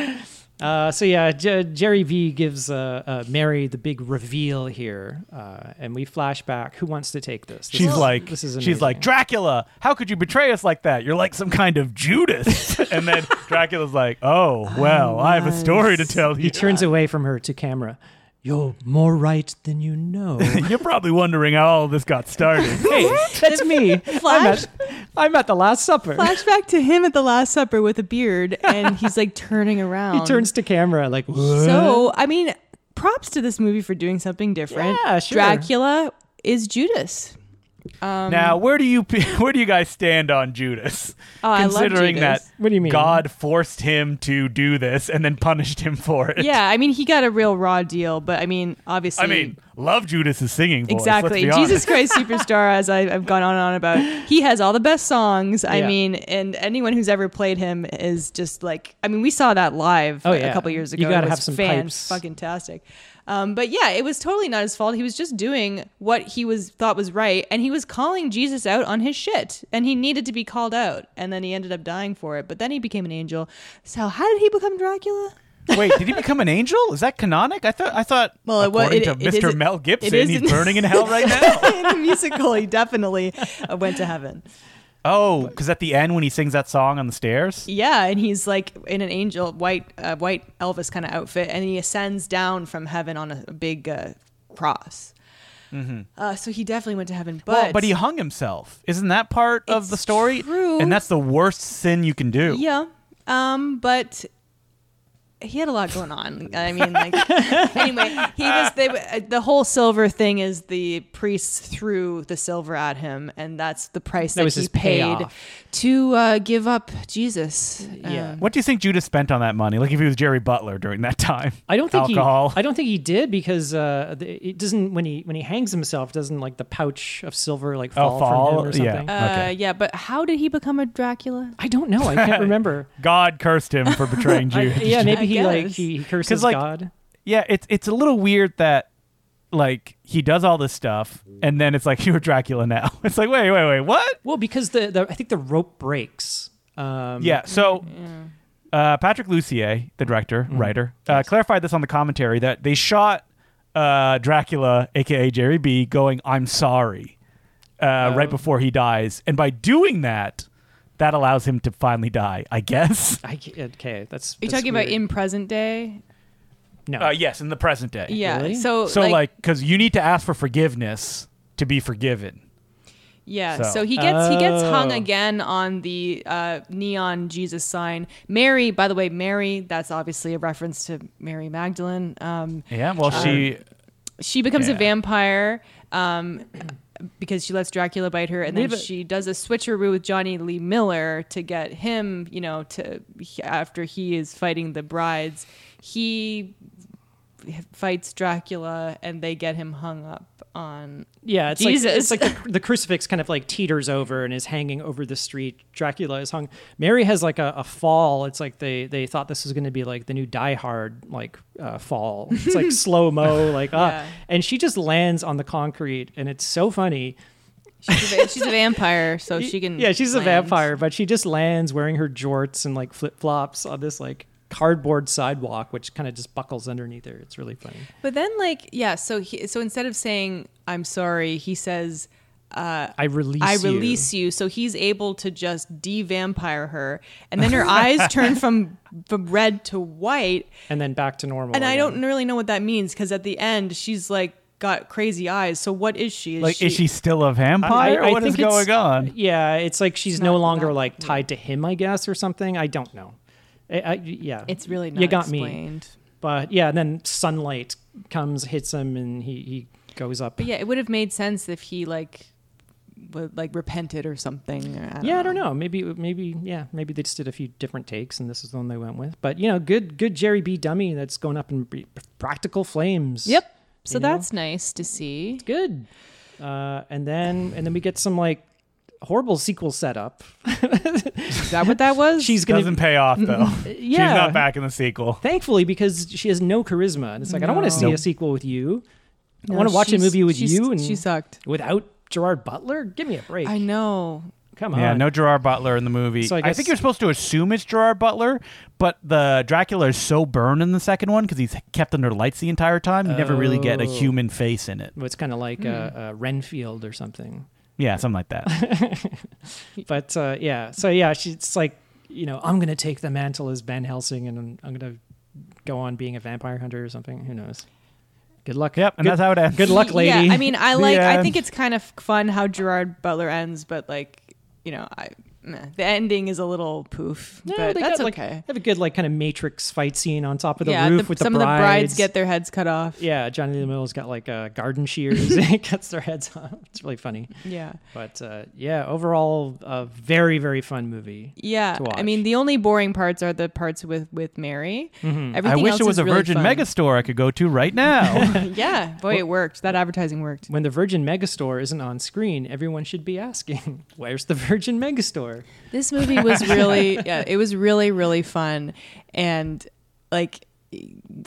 [SPEAKER 3] Uh, so yeah, J- Jerry V gives uh, uh, Mary the big reveal here, uh, and we flash back. Who wants to take this? This
[SPEAKER 2] She's
[SPEAKER 3] is-
[SPEAKER 2] like,
[SPEAKER 3] this is
[SPEAKER 2] she's like,
[SPEAKER 3] amazing.
[SPEAKER 2] Dracula, how could you betray us like that? You're like some kind of Judas. and then Dracula's like, oh, well, I have a story to tell you.
[SPEAKER 3] He turns away from her to camera. You're more right than you know.
[SPEAKER 2] You're probably wondering how all this got started.
[SPEAKER 3] hey, that's me. I'm
[SPEAKER 1] Flash.
[SPEAKER 3] at, I'm at the Last Supper.
[SPEAKER 1] Flashback to him at the Last Supper with a beard, and he's like turning around.
[SPEAKER 3] He turns to camera like,
[SPEAKER 1] So I mean, props to this movie for doing something different.
[SPEAKER 3] Yeah, sure.
[SPEAKER 1] Dracula is Judas.
[SPEAKER 2] now, where do you pe- where do you guys stand on Judas?
[SPEAKER 1] Oh, I love
[SPEAKER 2] Considering
[SPEAKER 1] Judas.
[SPEAKER 2] that
[SPEAKER 3] What do you mean?
[SPEAKER 2] God forced him to do this and then punished him for it.
[SPEAKER 1] Yeah, I mean, he got a real raw deal, but I mean, obviously,
[SPEAKER 2] I mean, love Judas's singing voice.
[SPEAKER 1] exactly.
[SPEAKER 2] Let's be
[SPEAKER 1] Jesus Christ Superstar, as I, I've gone on and on about, he has all the best songs. I
[SPEAKER 3] Yeah.
[SPEAKER 1] mean, and anyone who's ever played him is just like, I mean, we saw that live
[SPEAKER 3] Oh,
[SPEAKER 1] like, a
[SPEAKER 3] yeah.
[SPEAKER 1] couple years ago.
[SPEAKER 3] You gotta
[SPEAKER 1] It
[SPEAKER 3] have
[SPEAKER 1] was
[SPEAKER 3] some
[SPEAKER 1] fan
[SPEAKER 3] pipes.
[SPEAKER 1] fucking tastic. Um, but yeah, it was totally not his fault. He was just doing what he was thought was right, and he was calling Jesus out on his shit, and he needed to be called out. And then he ended up dying for it. But then he became an angel. So how did he become Dracula?
[SPEAKER 2] honest. Wait, did he become an angel? Is that canonic? I thought I thought
[SPEAKER 1] Well, it wa-
[SPEAKER 2] according
[SPEAKER 1] it-
[SPEAKER 2] to
[SPEAKER 1] it
[SPEAKER 2] Mr.
[SPEAKER 1] is-
[SPEAKER 2] Mel
[SPEAKER 1] it
[SPEAKER 2] Gibson,
[SPEAKER 1] is
[SPEAKER 2] he's
[SPEAKER 1] in-
[SPEAKER 2] burning in hell right now.
[SPEAKER 1] in the musical, he definitely uh, went to heaven.
[SPEAKER 2] Oh, because at the end when he sings that song on the stairs,
[SPEAKER 1] Yeah, and he's like in an angel white uh, white Elvis kind of outfit, and he ascends down from heaven on a, a big uh, cross.
[SPEAKER 3] Mm-hmm.
[SPEAKER 1] Uh, so he definitely went to heaven, but
[SPEAKER 2] well, but he hung himself. Isn't that part of the
[SPEAKER 1] It's
[SPEAKER 2] story?
[SPEAKER 1] true.
[SPEAKER 2] And that's the worst sin you can do.
[SPEAKER 1] yeah, um, but he had a lot going on. I mean, like anyway, he was they, uh, the whole silver thing is the priests threw the silver at him, and that's the price
[SPEAKER 3] That
[SPEAKER 1] that,
[SPEAKER 3] was
[SPEAKER 1] he
[SPEAKER 3] his
[SPEAKER 1] paid
[SPEAKER 3] payoff.
[SPEAKER 1] to uh, give up Jesus. Um,
[SPEAKER 3] Yeah.
[SPEAKER 2] What do you think Judas spent on that money? Like if he was Jerry Butler during that time?
[SPEAKER 3] I don't think
[SPEAKER 2] alcohol.
[SPEAKER 3] he. I don't think he did because uh, the, it doesn't when he when he hangs himself doesn't like the pouch of silver like fall,
[SPEAKER 2] Oh, fall?
[SPEAKER 3] from him or
[SPEAKER 2] Yeah.
[SPEAKER 3] something.
[SPEAKER 1] Uh,
[SPEAKER 2] Okay.
[SPEAKER 1] Yeah, but how did he become a Dracula?
[SPEAKER 3] I don't know. I can't remember.
[SPEAKER 2] God cursed him for betraying
[SPEAKER 3] I-
[SPEAKER 2] Judas.
[SPEAKER 3] yeah, maybe
[SPEAKER 1] I
[SPEAKER 3] he like
[SPEAKER 1] guess.
[SPEAKER 3] he, he
[SPEAKER 2] 'Cause,
[SPEAKER 3] curses
[SPEAKER 2] like,
[SPEAKER 3] God.
[SPEAKER 2] Yeah, it's it's a little weird that like he does all this stuff and then it's like you're Dracula now. It's like wait, wait, wait, what?
[SPEAKER 3] Well, because the, the I think the rope breaks. Um,
[SPEAKER 2] Yeah, so uh, Patrick Lucier, the director, writer, uh, clarified this on the commentary that they shot uh, Dracula, aka Jerry B, going "I'm sorry" uh, right before he dies, and by doing that, that allows him to finally die. I guess.
[SPEAKER 3] I, ca- okay, that's.
[SPEAKER 1] Are you
[SPEAKER 3] that's
[SPEAKER 1] talking
[SPEAKER 3] weird.
[SPEAKER 1] about in present day?
[SPEAKER 3] No.
[SPEAKER 2] Uh, yes, in the present day.
[SPEAKER 1] Yeah.
[SPEAKER 3] Really?
[SPEAKER 1] So,
[SPEAKER 2] So like, because you need to ask for forgiveness to be forgiven.
[SPEAKER 1] yeah.
[SPEAKER 2] so-
[SPEAKER 1] So, he gets he gets hung
[SPEAKER 3] Oh.
[SPEAKER 1] again on the uh, neon Jesus sign. Mary, by the way, Mary. That's obviously a reference to Mary Magdalene. Um,
[SPEAKER 2] Yeah. Well,
[SPEAKER 3] Uh,
[SPEAKER 2] she.
[SPEAKER 1] she becomes
[SPEAKER 2] Yeah.
[SPEAKER 1] a vampire. Um, because she lets Dracula bite her, and then
[SPEAKER 3] Leave it-
[SPEAKER 1] she does a switcheroo with Johnny Lee Miller to get him, you know, to after he is fighting the brides, he fights Dracula, and they get him hung up on.
[SPEAKER 3] Yeah, it's
[SPEAKER 1] Jesus.
[SPEAKER 3] like it's like the, the crucifix kind of like teeters over and is hanging over the street. Dracula is hung. Mary has like a, a fall. It's like they they thought this was going to be like the new Die Hard like uh, fall. It's like slow mo like ah,
[SPEAKER 1] Yeah.
[SPEAKER 3] and she just lands on the concrete and it's so funny.
[SPEAKER 1] She's a, va- she's a vampire, so she can.
[SPEAKER 3] yeah, she's a
[SPEAKER 1] land.
[SPEAKER 3] vampire, but she just lands wearing her jorts and like flip flops on this like cardboard sidewalk, which kind of just buckles underneath her. It's really funny.
[SPEAKER 1] But then, like, yeah. So he, so instead of saying "I'm sorry," he says
[SPEAKER 3] I release.
[SPEAKER 1] "I
[SPEAKER 3] you.
[SPEAKER 1] release you." So he's able to just de-vampire her, and then her eyes turn from from red to white,
[SPEAKER 3] and then back to normal.
[SPEAKER 1] and I
[SPEAKER 3] again.
[SPEAKER 1] don't really know what that means because at the end she's like got crazy eyes. So what is she?
[SPEAKER 2] Like, is she still a vampire? What is
[SPEAKER 3] think it's-
[SPEAKER 2] going on?
[SPEAKER 3] Yeah, it's like she's
[SPEAKER 1] It's
[SPEAKER 3] no
[SPEAKER 1] not
[SPEAKER 3] longer
[SPEAKER 1] that
[SPEAKER 3] like
[SPEAKER 1] clear.
[SPEAKER 3] tied to him, I guess, or something. I don't know. I, I, yeah,
[SPEAKER 1] It's really not
[SPEAKER 3] you got me.
[SPEAKER 1] explained.
[SPEAKER 3] But yeah, and then sunlight comes, hits him, and he he goes up.
[SPEAKER 1] But yeah, it would have made sense if he like would, like repented or something. or
[SPEAKER 3] yeah, I don't know. Maybe maybe yeah, maybe they just did a few different takes, and this is the one they went with. But you know, good good Jerry B dummy that's going up in b- practical flames.
[SPEAKER 1] Yep. So
[SPEAKER 3] You know?
[SPEAKER 1] that's nice to see.
[SPEAKER 3] good. Uh, and then and then we get some like horrible sequel setup.
[SPEAKER 1] Is that what that was?
[SPEAKER 3] She's gonna
[SPEAKER 2] Doesn't pay off though.
[SPEAKER 1] Uh,
[SPEAKER 3] yeah.
[SPEAKER 2] She's not back in the sequel.
[SPEAKER 3] Thankfully, because she has no charisma, and it's like I don't want to see
[SPEAKER 1] No.
[SPEAKER 3] a sequel with you. I
[SPEAKER 1] No,
[SPEAKER 3] want to watch a
[SPEAKER 1] she's-
[SPEAKER 3] movie with
[SPEAKER 1] she's-
[SPEAKER 3] you and
[SPEAKER 1] she sucked.
[SPEAKER 3] without Gerard Butler. Give me a break.
[SPEAKER 1] I know.
[SPEAKER 3] Come on.
[SPEAKER 2] Yeah, no Gerard Butler in the movie.
[SPEAKER 3] So I
[SPEAKER 2] I,
[SPEAKER 3] guess-
[SPEAKER 2] think you're supposed to assume it's Gerard Butler, but the Dracula is so burned in the second one because he's kept under lights the entire time. You never really get a
[SPEAKER 3] Oh.
[SPEAKER 2] human face in it.
[SPEAKER 3] Well, It's kind of like
[SPEAKER 1] Hmm.
[SPEAKER 3] uh uh Renfield or something.
[SPEAKER 2] Yeah, something like that.
[SPEAKER 3] But uh, yeah, so yeah, she's like, you know, I'm gonna take the mantle as Van Helsing, and I'm, I'm gonna go on being a vampire hunter or something. Who knows? Good luck.
[SPEAKER 2] yep, and
[SPEAKER 3] Good-
[SPEAKER 2] that's how it ends.
[SPEAKER 3] good luck, lady.
[SPEAKER 1] Yeah, I mean, I
[SPEAKER 2] The
[SPEAKER 1] like. I
[SPEAKER 2] end.
[SPEAKER 1] think it's kind of fun how Gerard Butler ends, but like, you know, I meh. the ending is a little poof.
[SPEAKER 3] No,
[SPEAKER 1] but
[SPEAKER 3] they
[SPEAKER 1] that's
[SPEAKER 3] got, like,
[SPEAKER 1] okay.
[SPEAKER 3] Have a good like kind of Matrix fight scene on top of the
[SPEAKER 1] yeah,
[SPEAKER 3] roof with
[SPEAKER 1] some
[SPEAKER 3] the
[SPEAKER 1] of the
[SPEAKER 3] brides.
[SPEAKER 1] brides get their heads cut off. Yeah,
[SPEAKER 3] yeah, Johnny Mill's got like uh, garden shears. and he cuts their heads off. It's really funny.
[SPEAKER 1] yeah.
[SPEAKER 3] But uh, yeah, overall, a very very fun movie. to
[SPEAKER 1] I
[SPEAKER 3] watch.
[SPEAKER 1] mean, the only boring parts are the parts with with Mary.
[SPEAKER 2] I
[SPEAKER 3] Mm-hmm.
[SPEAKER 1] Everything
[SPEAKER 2] wish
[SPEAKER 1] else
[SPEAKER 2] it was
[SPEAKER 1] is
[SPEAKER 2] a
[SPEAKER 1] really
[SPEAKER 2] Virgin
[SPEAKER 1] fun.
[SPEAKER 2] Megastore I could go to right now.
[SPEAKER 1] yeah, boy, it worked. That advertising worked.
[SPEAKER 3] When the Virgin Megastore isn't on screen, everyone should be asking, "Where's the Virgin Megastore?"
[SPEAKER 1] This movie was really, yeah, it was really, really fun. And like,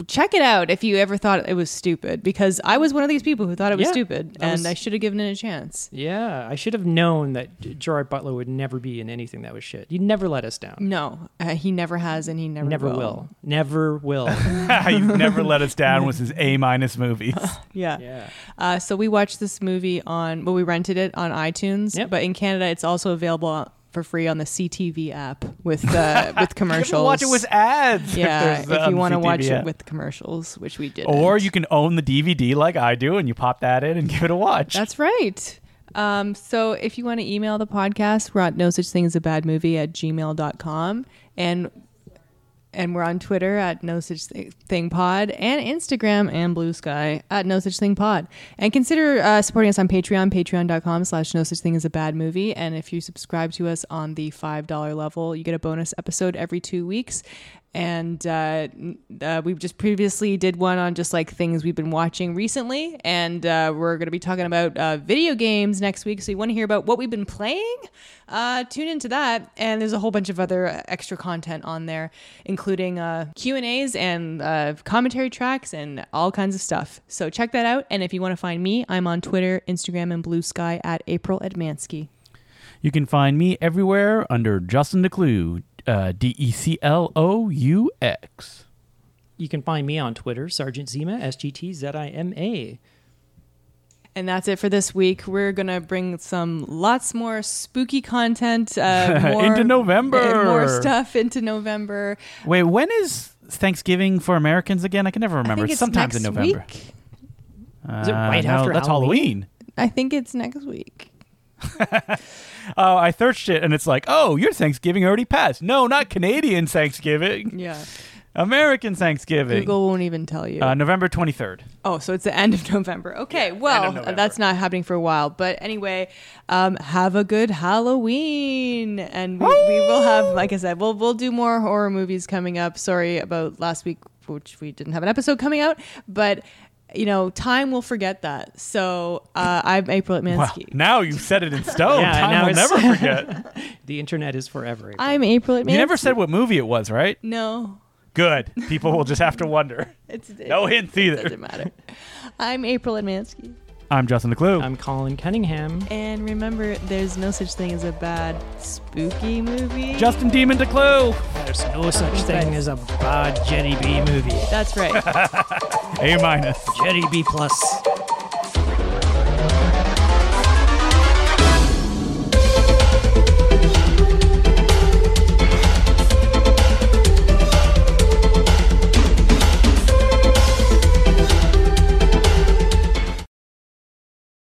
[SPEAKER 1] check it out if you ever thought it was stupid, because I was one of these people who thought it was
[SPEAKER 3] Yeah,
[SPEAKER 1] stupid
[SPEAKER 3] I
[SPEAKER 1] and
[SPEAKER 3] was-
[SPEAKER 1] I should have given it a chance.
[SPEAKER 3] Yeah, I should have known that G- Gerard Butler would never be in anything that was shit. He'd never let us down.
[SPEAKER 1] No, uh, he never has and he never,
[SPEAKER 3] Never will. Never will.
[SPEAKER 2] You've never let us down with his A minus movies.
[SPEAKER 1] Yeah.
[SPEAKER 3] yeah.
[SPEAKER 1] Uh, so we watched this movie on, well, we rented it on iTunes,
[SPEAKER 3] Yep.
[SPEAKER 1] but in Canada, it's also available for free on the CTV app with uh, with
[SPEAKER 2] You
[SPEAKER 1] commercials.
[SPEAKER 2] can watch it with um, ads.
[SPEAKER 1] yeah,
[SPEAKER 2] there's the-
[SPEAKER 1] if
[SPEAKER 2] on
[SPEAKER 1] you
[SPEAKER 2] the
[SPEAKER 1] want to watch
[SPEAKER 2] CTV
[SPEAKER 1] it
[SPEAKER 2] app.
[SPEAKER 1] with commercials, which we did.
[SPEAKER 2] Or you can own the DVD like I do, and you pop that in and give it a watch.
[SPEAKER 1] That's right. Um, so if you want to email the podcast, we're at no such thing as a bad movie at gmail.com. And and we're on Twitter at no such Thi- thing pod and Instagram and blue sky at no such thing pod. And consider uh, supporting us on Patreon, patreon.com slash no such thing as a bad movie. And if you subscribe to us on the $5 level, you get a bonus episode every two weeks. And uh, n- uh, we just previously did one on just like things we've been watching recently. And uh, we're going to be talking about uh, video games next week. So you want to hear about what we've been playing? Uh, tune into that. And there's a whole bunch of other uh, extra content on there, including uh, Q&As and uh, commentary tracks and all kinds of stuff. So check that out. And if you want to find me, I'm on Twitter, Instagram, and Blue Sky at April Edmansky.
[SPEAKER 2] You can find me everywhere under Justin DeClue, uh, D E C L O U X.
[SPEAKER 3] You can find me on Twitter, Sergeant Zima, S G T Z I M A.
[SPEAKER 1] And that's it for this week. We're going to bring some lots more spooky content. Uh, more,
[SPEAKER 2] Into November.
[SPEAKER 1] More stuff into November.
[SPEAKER 2] Wait, when is Thanksgiving for Americans again? I can never remember.
[SPEAKER 1] I think it's
[SPEAKER 2] Sometimes
[SPEAKER 1] next
[SPEAKER 2] in November. Uh,
[SPEAKER 1] Week.
[SPEAKER 3] Is it right
[SPEAKER 2] no,
[SPEAKER 3] after
[SPEAKER 2] that's Halloween.
[SPEAKER 1] I think it's next week.
[SPEAKER 2] Oh, I searched it and it's like, oh, your Thanksgiving already passed. No, not Canadian Thanksgiving,
[SPEAKER 1] Yeah.
[SPEAKER 2] American Thanksgiving.
[SPEAKER 1] Google won't even tell you.
[SPEAKER 2] Uh, November 23rd.
[SPEAKER 1] Oh, so it's the end of November. Okay, well,
[SPEAKER 2] November.
[SPEAKER 1] that's not happening for a while. But anyway, um, have a good Halloween, and we, we will have, like I said, we'll we'll do more horror movies coming up. Sorry about last week, which we didn't have an episode coming out, but you know, time will forget that. So uh, I'm April
[SPEAKER 2] Wow.
[SPEAKER 1] Atmansky.
[SPEAKER 2] Now you set it in stone.
[SPEAKER 3] Yeah, now
[SPEAKER 2] Time will
[SPEAKER 3] it's-
[SPEAKER 2] never forget.
[SPEAKER 3] The internet is forever. April.
[SPEAKER 1] I'm April Atmansky.
[SPEAKER 2] you never said what movie it was, right?
[SPEAKER 1] no.
[SPEAKER 2] Good. People will just have to wonder.
[SPEAKER 1] It's it
[SPEAKER 2] No hints either.
[SPEAKER 1] doesn't matter. I'm April Atmansky,
[SPEAKER 2] I'm Justin DeClue.
[SPEAKER 3] I'm Colin Cunningham.
[SPEAKER 1] and remember, there's no such thing as a bad spooky movie.
[SPEAKER 2] Justin Demon DeClue.
[SPEAKER 3] There's no such thing as a bad Jetty B movie.
[SPEAKER 1] That's right.
[SPEAKER 2] A minus.
[SPEAKER 3] Jetty B plus.